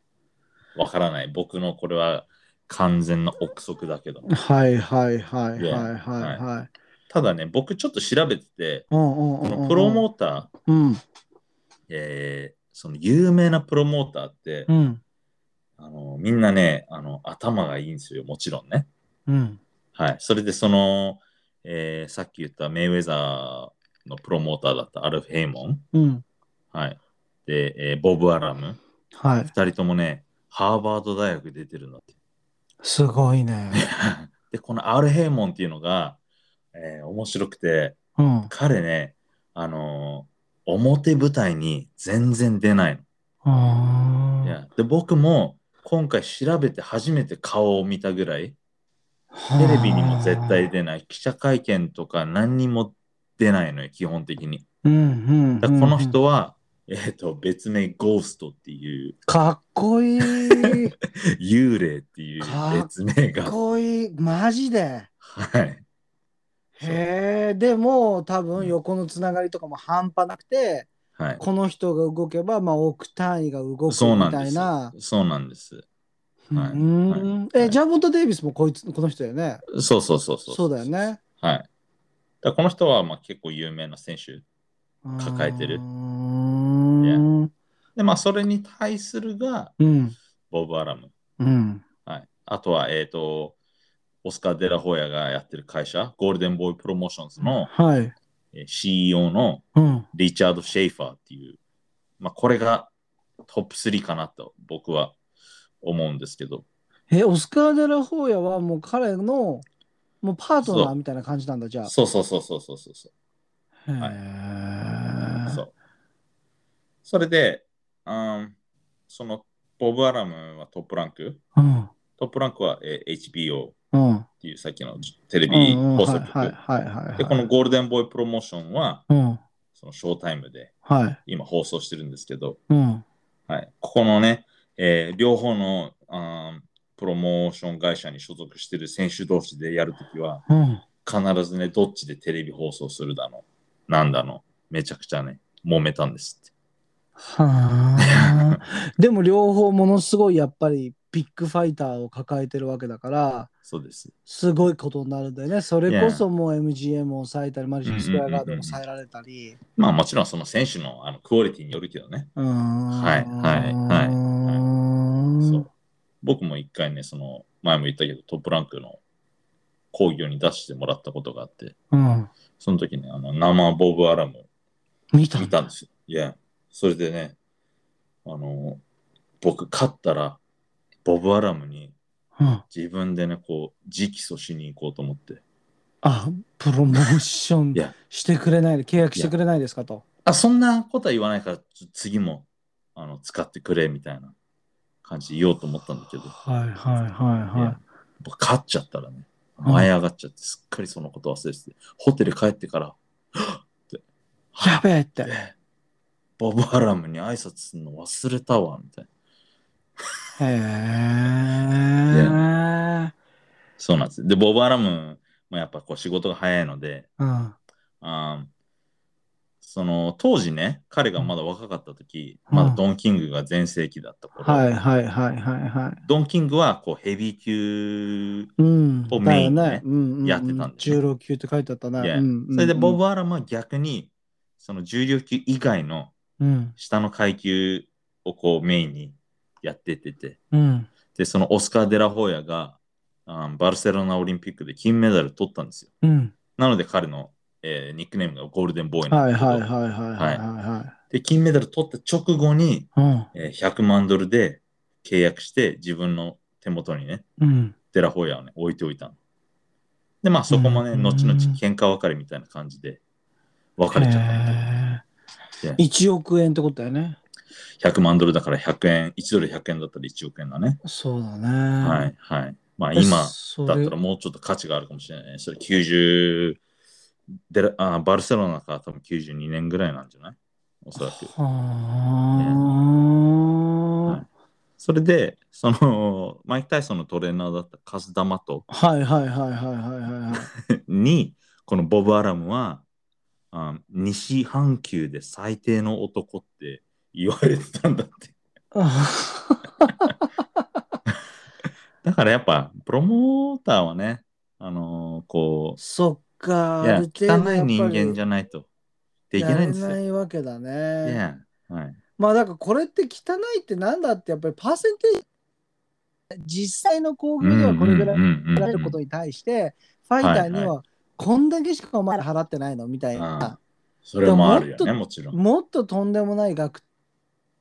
A: わからない。僕のこれは完全な憶測だけど。
B: はいはいはいはいはい
A: Yeah
B: はい。
A: ただね、僕ちょっと調べてて、
B: うんうん
A: こ
B: うんう
A: の
B: ん
A: プロモーター、
B: うん
A: えーその有名なプロモーターって、
B: うん
A: あのみんなねあの、頭がいいんですよ、もちろんね。
B: うん
A: はい。それで、その、えーさっき言ったメイウェザーのプロモーターだったアルフ・ヘイモン、
B: うん
A: はい。で、えーボブ・アラム、
B: はい
A: 二人ともね、ハーバード大学出てるんだって。
B: すご いね。
A: で、このアル・ヘイモンっていうのが、えー面白くて、
B: うん
A: 彼ね、あのー表舞台に全然出ないの。
B: あ
A: い
B: ー
A: やで僕も今回調べて初めて顔を見たぐらいテレビにも絶対出ない記者会見とか何にも出ないのよ基本的に
B: うんうんうん
A: だからこの人は、えっ、と別名ゴーストっていう
B: かっ こいいか
A: 幽霊っていう別名
B: っ
A: が
B: こいいマジで
A: はい
B: へえでも多分横のつながりとかも半端なくて
A: はい
B: この人が動けばまあ億単位が動くみ
A: そうなん
B: た
A: で
B: い
A: す
B: な
A: そうなんです
B: う
A: はい
B: ん
A: は
B: え
A: い
B: ジャンボント・デイビスもこいつこの人だよね
A: そうそうそうそう
B: そうだよね
A: はいだからこの人はまあ結構有名な選手抱えてる
B: うーん
A: でまあそれに対するが
B: うん
A: ボブ・アラム
B: うん
A: はい。あとは、えっ、と、オスカー・デラホヤがやってる会社、ゴールデンボーイ・プロモーションズの
B: はい
A: えー CEO の
B: うん
A: リチャード・シェイファーっていう、まあ、これがトップ3かなと僕は思うんですけど、
B: えオスカー・デラ・ホーヤはもう彼のもうパートナ
A: そ
B: ー
A: う
B: みたいな感じなんだじゃあ
A: そうそうそうそうそうそうそ
B: へ
A: はい
B: え
A: う。そうそれで、うんそのボブ・アラムはトップランク、
B: うん
A: トップランクは、えー HBO っ
B: うん
A: ていうさっきのテレ
B: うん
A: ビ
B: うん
A: 放送局、
B: はいはいはいはいはい。
A: で、このゴールデンボーイ・プロモーションは、
B: うん。
A: そのショータイムで
B: はい。
A: 今放送してるんですけど、
B: うん。
A: はい、ここのね、えー両方のあープロモーション会社に所属してる選手同士でやるときは、
B: うん。
A: 必ずね、どっちでテレビ放送するだの、なんだの、めちゃくちゃね、揉めたんですって。
B: はあ。 でも両方ものすごいやっぱりビッグファイターを抱えてるわけだから、
A: そうです。
B: すごいことになるんだよね。それこそもう MGM を抑えたり、マルシンスクエアガードンを抑えられたり。
A: まあもちろんその選手のあのクオリティによるけどね。
B: うーん。
A: はいはいはい
B: い
A: そう僕も一回ね、その前も言ったけど、トップランクの講義に出してもらったことがあって、
B: うん。
A: その時ね、あの生ボブアラム
B: 見た
A: 見たんですよ。いや、それでね、あの、僕勝ったら、ボブ・アラムに
B: うん。
A: 自分でね、こう、直訴しに行こうと思って。
B: あ、プロモーション
A: いや
B: してくれないで、契約してくれないですかと。
A: あ、そんなことは言わないから、つ次も、あの、使ってくれ、みたいな感じで言おうと思ったんだけど、
B: はいはいはい
A: い
B: はい
A: や。僕勝っちゃったらね、
B: うん
A: 舞い上がっちゃって、すっかりそのこと忘れてて、ホテル帰ってから、
B: やべえって。
A: でボブ・アラムに挨拶するの忘れたわ、みたいな。
B: へえ。
A: そうなんです。で、ボブ・アラムもやっぱこう、仕事が早いので、
B: うん。
A: あーその当時ね、彼がまだ若かった時、
B: うん
A: まだドン・キングが全盛期だった頃、
B: はいはいはいはいは
A: ドン・キングはこうヘビー級、
B: い。うん。
A: を
B: だ
A: メ
B: よ
A: イン
B: ね
A: ね。
B: うんうんうん
A: やってたんだよね
B: 16級って書いてあったな。
A: Yeah
B: うんうんうん
A: それでボブ・アラムは逆に、その重量級以外の
B: うん。
A: 下の階級をこうメインにやってってて、
B: うん。
A: で、そのオスカー・デラホーヤが、あーバルセロナオリンピックで金メダル取ったんですよ。
B: うん。
A: なので彼の、えーニックネームがゴールデンボーイなん
B: はい
A: だけど
B: はいはいはいはいはいはい。
A: で、金メダル取った直後に、
E: うん。
A: えー100万ドルで契約して、自分の手元にね、
E: うん。
A: デラホイヤーをね、置いておいたの。で、まあそこもね、
E: うん
A: 後々喧嘩別れみたいな感じで、別れちゃったみたいな。
E: へー
A: で
E: 1億円ってことだよね。
A: 100万ドルだから100円、1ドル100円だったら1億円だね。
E: そうだね。
A: は、
E: はい
A: はい。まあ今、だ
E: だ
A: ったらもうちょっと価値があるかもしれないね。それ90デラあ、バルセロナから多分92年ぐらいなんじゃないおそらく。
E: は
A: それで、その、マイク・タイソンのトレーナーだったカズ・ダマト
E: あ。はいはいはいはいはいはいはい。
A: に、このボブ・アラムは、あ西半球で最低の男って言われてたんだって。だからやっぱ、プロモーターはね、あのこ
B: そっ
A: う、
B: か。
A: いや、汚い人間
B: ゃ
A: じゃないとできないんです
B: やれな
A: よ。
B: いわけだね。
A: いや、はい。
B: まあだからこれって汚いってなんだってやっぱりパーセンテージ実際の攻撃ではこれぐらい得られることに対してファイターに
A: はい
B: はこんだけしかお前ら払ってないのみたいな
A: それもあるよね、もちろん。
B: もっととんでもない額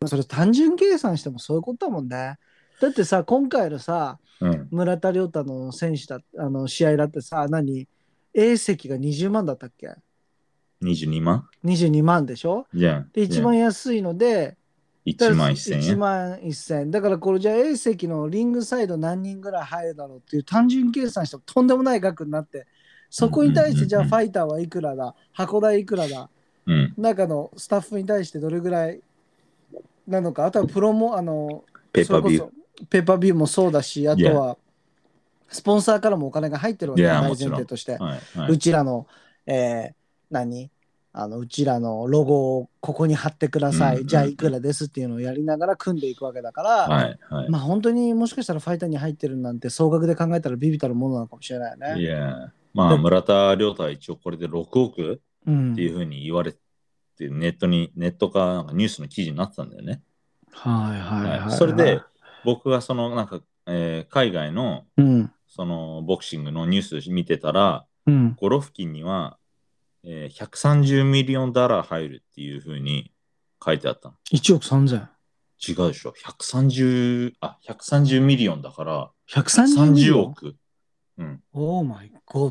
B: それ単純計算してもそういうことだもんねだってさ今回のさ
A: うん、
B: 村田亮太の選手だあの試合だってさ何 A 席が20万だったっけ
A: 22万
B: 22万でしょ
A: じゃあ、
B: で一番安いので、
A: 1万1000円。
B: 1万1000円だからこれじゃあ A 席のリングサイド何人ぐらい入るだろうっていう単純計算してもとんでもない額になってそこに対してじゃあ
A: うんうん
B: ファイターはいくらだ箱代いくらだ
A: うん、
B: 中のスタッフに対してどれぐらいなのかあとはプロもあの
A: ペーパービュ
B: そ
A: ー
B: れこそペーパービューもそうだしあとはスポンサーからもお金が入ってるわけ
A: Yeah
B: 大前
A: もちろん
B: 提として。
A: はい、は
B: う
A: い。
B: ちらの、えー何あのうちらのロゴをここに貼ってください、
A: うんうんうん
B: じゃあいくらですっていうのをやりながら組んでいくわけだから、
A: はい、はい。
B: まあ本当にもしかしたらファイターに入ってるなんて総額で考えたらビビたるものなのかもしれない
A: い
B: よね。
A: や、まあ、村田亮太は一応これで6億
B: う
A: っていう
B: ん、
A: ふうに言われて、ネットに、ネットかなんかニュースの記事になってたんだよね。
E: はいはいはいはい。
A: それで、僕がその、なんか、えー海外の、
E: うん。
A: その、ボクシングのニュース見てたら、
E: うん。
A: ゴロフキンには、えー、130ミリオンダラー入るっていうふうに書いてあったの。
E: 1億3000。
A: 違うでしょ。130、あ、130ミリオンだから、
E: 130
A: 30
E: 億。
A: 億。うん。
B: オーマイゴッ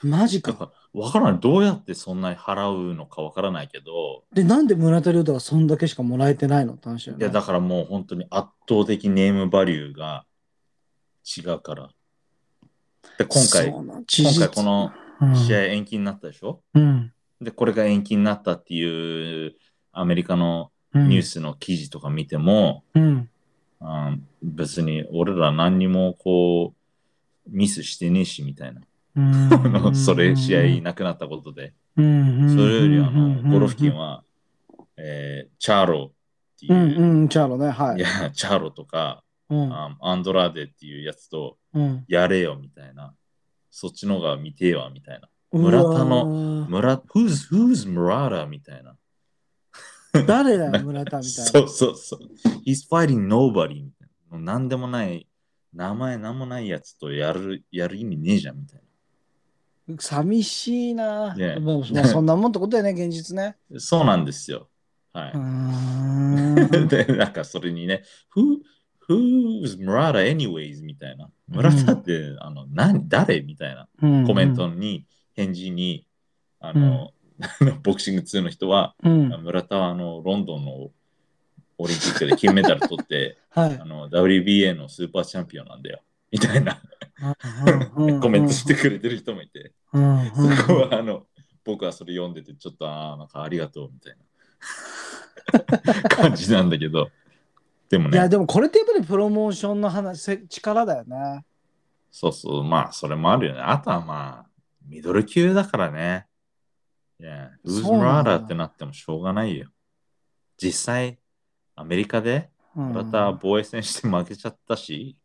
B: ド。マジ
A: だ
B: か。
A: から、わからない。どうやってそんなに払うのかわからないけど、
B: で、なんで村田亮太はそんだけしかもらえてないのって話だよ
A: い
B: ね。
A: や、だからもう本当に圧倒的ネームバリューが違うから。で、今回、
B: そうなん
A: 今回この試合、延期になったでしょ、
E: うん。
A: で、これが延期になったっていうアメリカの
E: うん。
A: ニュー。スの記事とか見ても、
E: うん。
A: うん、別に俺ら何にもこうミスしてねえしみたいな、あのそれ試合なくなったことで、
E: うん。
A: それよりあのゴロフキン
E: は。
A: は、えーチャーロっていうう、
B: んうん、チャーロね、はいい。
A: やチャーロとか、
B: うん
A: あアンドラーデっていうやつと
B: うん
A: やれよみたいなそっちの方が見てえわみたいな村田
B: の
A: 村 who's who's Murata みたいな
B: 誰だよ、村田みたいな。
A: そうそうそう he's fighting nobody みたいな何でもない名前何もないやつとやるやる意味ねえじゃんみたいな
B: 寂しいな。
A: ね
B: まあまあそんなもんってことだよね、現実ね。
A: そうなんですよ。は
B: うー
A: い。
B: ん
A: で、なんかそれにね、Who, Who's Murata anyways? みたいな。Murata って、あの何誰みたいなコメン。トに、返事に、あの、 ボクシング2の人は、
E: うん。
A: 村田はあのロンドンのオリンピックで金メダル取 って、
B: はい
A: あ。の WBA のスーパーチャンピオンなんだよ。みたいなコ
B: コ
A: メントしてくれてる人もいて、
B: うんうん
A: そこはあの僕はそれ読んでて、ちょっとああ、なんかありがとうみたい な感じなんだけど、でも
B: いや、
A: ね、
B: でもこれってやっぱりプロモーションの話、せ力だよね。
A: そうそう、まあそれもあるよね。あとはまあ、ミドル級だからね。いや、ウズ
B: そう
A: ム
B: な
A: ラ
B: ん
A: ー
B: だ
A: ラってなってもしょうがないよ。実際、アメリカで
B: うん
A: また防衛戦して負けちゃったし、
B: うん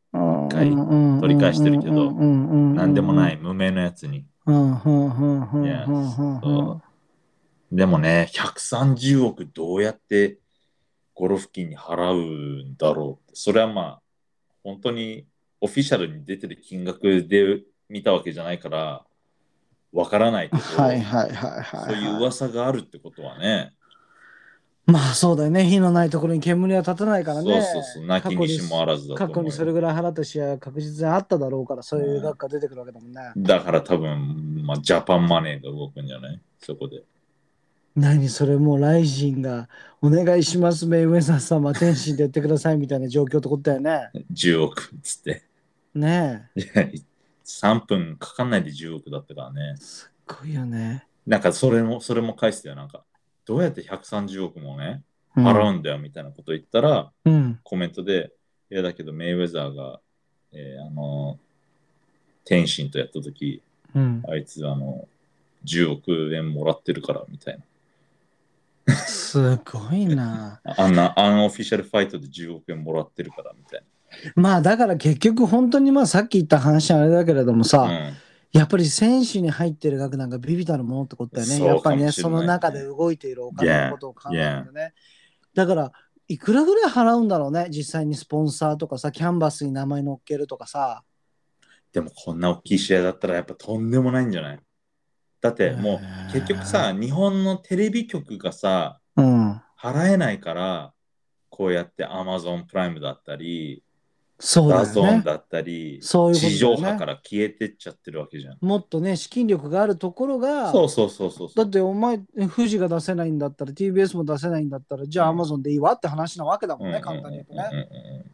A: 回
B: うん
A: 取り返してるけど
B: うんうんうんうん
A: なんでもない。無名のやつに。
B: うんうんうんうんうんうん
A: いや
B: うん
A: そうでもね、130億どうやってゴロフキンに払うんだろうって。それはまあ、本当にオフィシャルに出てる金額で見たわけじゃないから、わからないけど、
B: はいはいはいはいはい。
A: そういう噂があるってことはね、
B: まあそうだよね。火のないところに煙は立たないからね。
A: そうそうそう、泣きにしもあらずだと
B: 過去
A: 思う
B: にそれ
A: よ。
B: ぐらい払った試合は確実にあっただろうから、そういう額が出てくるわけだもんね。
A: だから多分、まあ、ジャパンマネーが動くんじゃないそこで。
B: 何それもうライジンが「お願いしますメイウェザー様天心でやってください」みたいな状況ってことだ よね。
A: 10億っつって。
B: ねえ。
A: 3分かかんないで10億だったからね。
B: すっごいよね。
A: なんかそれも、それも返してよ。なんか、どうやって130億もね、
B: うん
A: 払うんだよみたいなこと言ったら、
B: うん。
A: コメントで、いやだけどメイウェザーが、えーあの、天心とやったとき、
B: うん。
A: あいつ、あの、10億円もらってるからみたいな。
B: すごいな。
A: あんな、アンオフィシャルファイトで10億円もらってるからみたい
B: まあだから結局本当にまあさっき言った話あれだけれどもさ、
A: な。うん
B: やっぱり選手に入ってる額なんかビビたるものってことだよね。
A: そう
B: やっぱり
A: か
B: ね、
A: もしれな
B: そ
A: い
B: の中で動いているお金のことを考えるとね。だから、いくらぐらい払うんだろうね、実際にスポンサーとかさ、キャンバスに名前乗っけるとかさ。
A: でもこんな大きい試合だったらやっぱとんでもないんじゃないだってもう結局さ、日本のテレビ局がさ、
B: うん。
A: 払えないから、こうやって Amazon プライムだったり、
B: そうだ
A: ダゾ
B: よ
A: ーン
B: ね。
A: だったり、
B: そういうことだよ
A: 地
B: ね
A: 上波から消えてっちゃってるわけじゃん。
B: もっとね、資金力があるところが、
A: そうそうそうそうそ
B: だ
A: う。
B: ってお前、富士が出せないんだったら、TBS も出せないんだったら、じゃあ
A: うん
B: Amazon でいいわって話なわけだも
A: うんん
B: ね、簡単に言うとね。
A: うんうんうんうん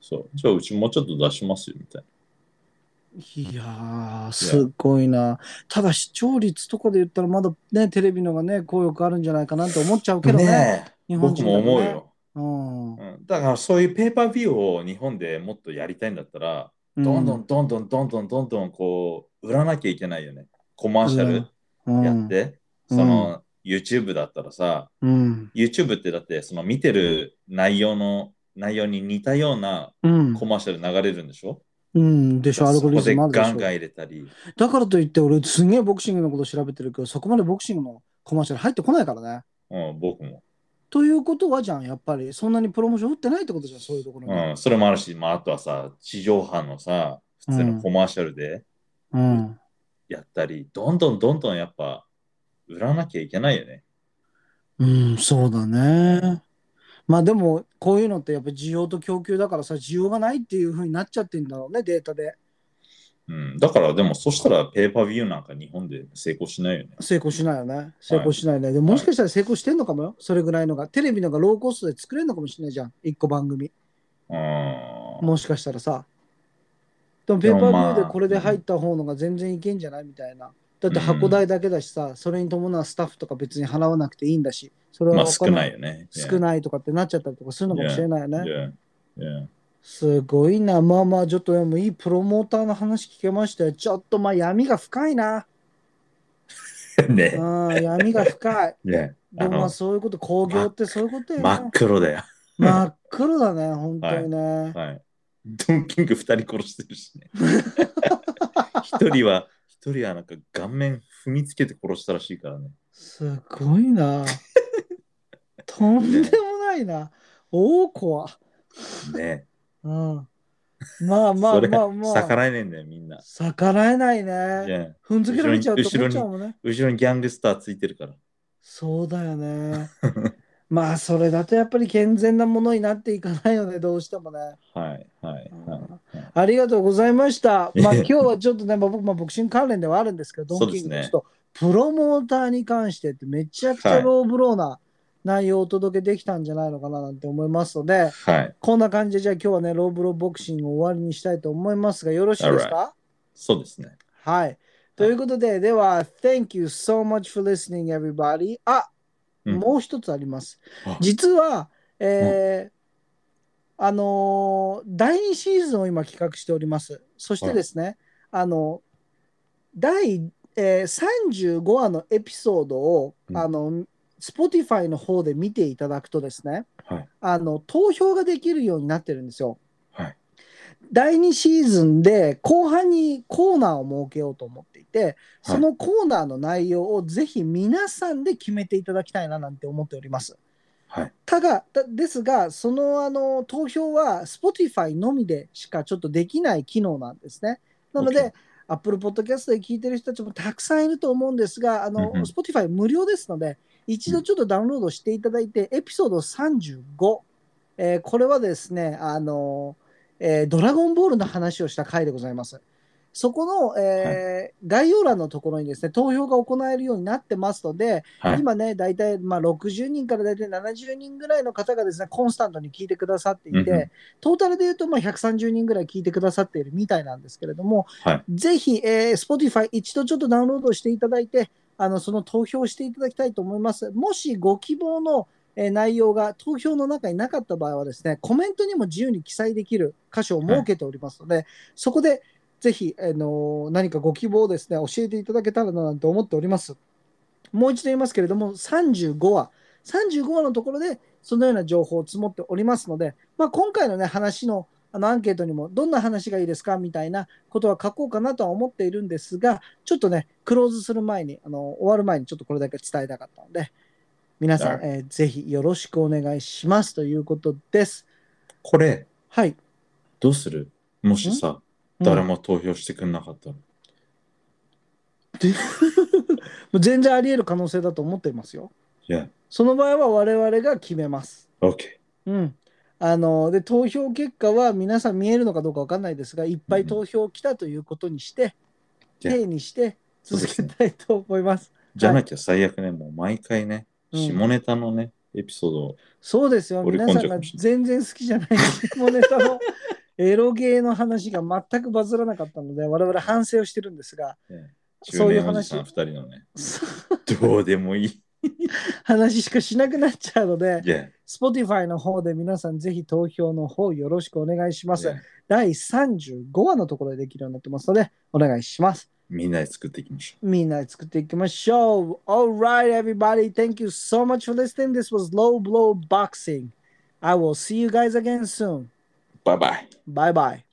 A: そう。じゃあうちもうちょっと出しますよみたい
B: いやー、すごいな。ただ視聴率とかで言ったら、まだね、テレビのがね、効力あるんじゃないかなって思っちゃうけ
A: な。
B: どね。
A: ね
B: 日
A: え
B: 本
A: 僕
B: 人
A: も
B: だ
A: 思う
B: ね
A: よ。
B: うん
A: うんだからそういうペーパービューを日本でもっとやりたいんだったら、どんどんどんどんどんどんどんどんこう売らなきゃいけないよね。コマーシャル
B: うん
A: やって、
B: うん
A: その YouTube だったらさ、
B: うん。
A: YouTube ってだってその見てる内容の内容に似たような
B: うん。
A: コマーシャル流れるんでしょ、
B: うん。でしょ、アル
A: そ
B: ゴリ
A: こ
B: ズ
A: で
B: ムあ
A: ガ
B: るでし
A: ン
B: ょ
A: ガン入れたり。
B: だからといって、俺、すげえボクシングのこと調べてるけど、そこまでボクシングのコマーシャル入ってこないからね。
A: うん、僕も。
B: ということはじゃん、やっぱり、そんなにプロモーション打ってないってことじゃん、そういうところに。
A: うん、それもあるし、まあ、あとはさ、地上波のさ、普通のコマーシャルで
B: うん。
A: やったり、どんどんどんどんやっぱ売らなきゃいけないよね。
B: うん、そうだね。まあでも、こういうのってやっぱ需要と供給だからさ、需要がないっていうふうになっちゃってんだろうね、データで。
A: うん、だからでも、そしたらペーパービューなんか日本で成功しないよね。
B: 成功しないよね。成功しないね。でも、もしかしたら成功してんのかもよ。それぐらいのが。テレビのがローコストで作れるのかもしれないじゃん。一個番組。
A: うん。
B: もしかしたらさ。でも、ペ
A: で
B: ー
A: も
B: パービ
A: ま
B: ュ
A: あ
B: ーでこれで入った方のが全然いけんじゃないみたいな。だって箱代だけだしさ、それに伴うスタッフとか別に払わなくていいんだし、それ
A: ま
B: は
A: あ
B: お
A: 少
B: 金
A: ないよね。
B: 少ないとかってなっちゃったりとかするのかもしれないよね。
A: Yeah. Yeah.
B: すごいな。まあまあ、ちょっとでもいいプロモーターの話聞けましたよ。ちょっとまあ闇が深いな。
A: Yeah. ね。
B: あ闇が深 い。
A: ね。
B: で
A: あ
B: もまあ
A: の、
B: そういうこと、興行ってそういうことや
A: 真
B: な
A: っ。黒だよ。
B: 真っ黒だね、本当にね。
A: はい。 ドンキング2人殺してるし ね。1人は、一人はなんか顔面踏みつけて殺したらしいからね。
B: すごい な。とんでもないな。大怖。
A: ね。
B: うん。まあ ま
A: そ
B: あ
A: れ、
B: まあま
A: 逆
B: あ。
A: らえねえんだよ、みんな。
B: 逆らえないね。
A: Yeah
B: 踏んづけられちゃうと
A: 後ろ
B: 思っ
A: に
B: ちゃうもんね。
A: 後ろにギャングスターついてるから。
B: そうだ よね。まあそれだとやっぱり健全なものになっていかないよね、どうしてもね。
A: はい、はい、はい。
B: ありがとうございました。
A: え
B: まあ今日はちょっとね、まあ、僕もボクシング関連ではあるんですけど、ド
A: そ
B: ン
A: うで
B: キ
A: す
B: ングの
A: ね
B: ちょっとプロモーターに関してってめちゃくちゃ
A: はい
B: ローブローな内容をお届けできたんじゃないのかななんて思いますので、
A: はい。
B: こんな感じでじゃあ今日はね、ローブローボクシングを終わりにしたいと思いますが、よろしいですか
A: そうですね。
B: はい。ということで、では、Thank you so much for listening, everybody. あ、
A: うん
B: もう一つあります
A: あ。
B: 実は、えーあのー第2シーズンを今企画しております。そしてですね、あの、第、えー、35話のエピソードを、
A: うん
B: あの、Spotify の方で見ていただくとですね、
A: はい
B: あの、投票ができるようになってるんですよ。第2シーズンで後半にコーナーを設けようと思っていて、そのコーナーの内容をぜひ皆さんで決めていただきたいななんて思っております。
A: はい
B: ただ、だですが、そのあの投票は Spotify のみでしかちょっとできない機能なんですね。なので、Apple Podcast で聞いてる人たちもたくさんいると思うんですが、あの
A: うんうん
B: Spotify 無料ですので、一度ちょっとダウンロードしていただいて、エピソード35、えーこれはですね、あのーえードラゴンボールの話をした回でございます。そこの、えー概要欄のところにですね、投票が行えるようになってますので、
A: はい。
B: 今ね、大体、まあ、60人から大体70人ぐらいの方がですね、コンスタントに聞いてくださっていて、
A: うんうん
B: トータルで言うと、まあ、130人ぐらい聞いてくださっているみたいなんですけれども、
A: はい
B: ぜひ、えー Spotify 一度ちょっとダウンロードしていただいて、あのその投票していただきたいと思います。もしご希望の、えー内容が投票の中になかった場合はですね、コメントにも自由に記載できる箇所を設けておりますので、そこでぜひ、あのー何かご希望をですね、教えていただけたらななんて思っております。もう一度言いますけれども、35話、35話のところで、そのような情報を積もっておりますので、まあ、今回のね、話のあのアンケートにも、どんな話がいいですかみたいなことは書こうかなとは思っているんですが、ちょっとね、クローズする前に、あの終わる前にちょっとこれだけ伝えたかったので、皆さ
A: は
B: ん、えーぜひよろしくお願いしますということです。
A: これ、
B: はい。
A: どうするもしさ、誰も投票してくれなかったら。
B: うん全然あり得る可能性だと思ってますよ。
A: いや、
B: その場合は我々が決めます。
A: OK。
B: うん。あの、で、投票結果は皆さん見えるのかどうかわかんないですが、いっぱい投票来たということにして、
A: うん
B: 例にして
A: そう
B: 続
A: です
B: け
A: ね
B: たいと思います。
A: じゃなきゃ最悪ね、もう毎回ね、
B: うん
A: 下ネタのね、エピソードを
B: そうですよ。
A: 俺
B: 皆さん
A: 根性か
B: が
A: もしれ
B: 全然好きじゃない下ネタの エロゲーの話が全くバズらなかったので、我々反省をしてるんですが、
A: ね、
B: そう
A: 中年
B: いう
A: おじ
B: 話
A: さん2人のね、
B: そう
A: どうでもいい。
B: 話しかしなくなっちゃうので、
A: いや、
B: Spotify の方で皆さんぜひ投票の方よろしくお願いします
A: い。や
B: 第35話のところでできるようになってますので、お願いします。
A: みんなで作っていきましょう。
B: みんなで作っていきましょう。Alright, everybody. Thank you so much for listening. This was Low Blow Boxing. I will see you guys again soon.
A: Bye bye.
B: Bye bye.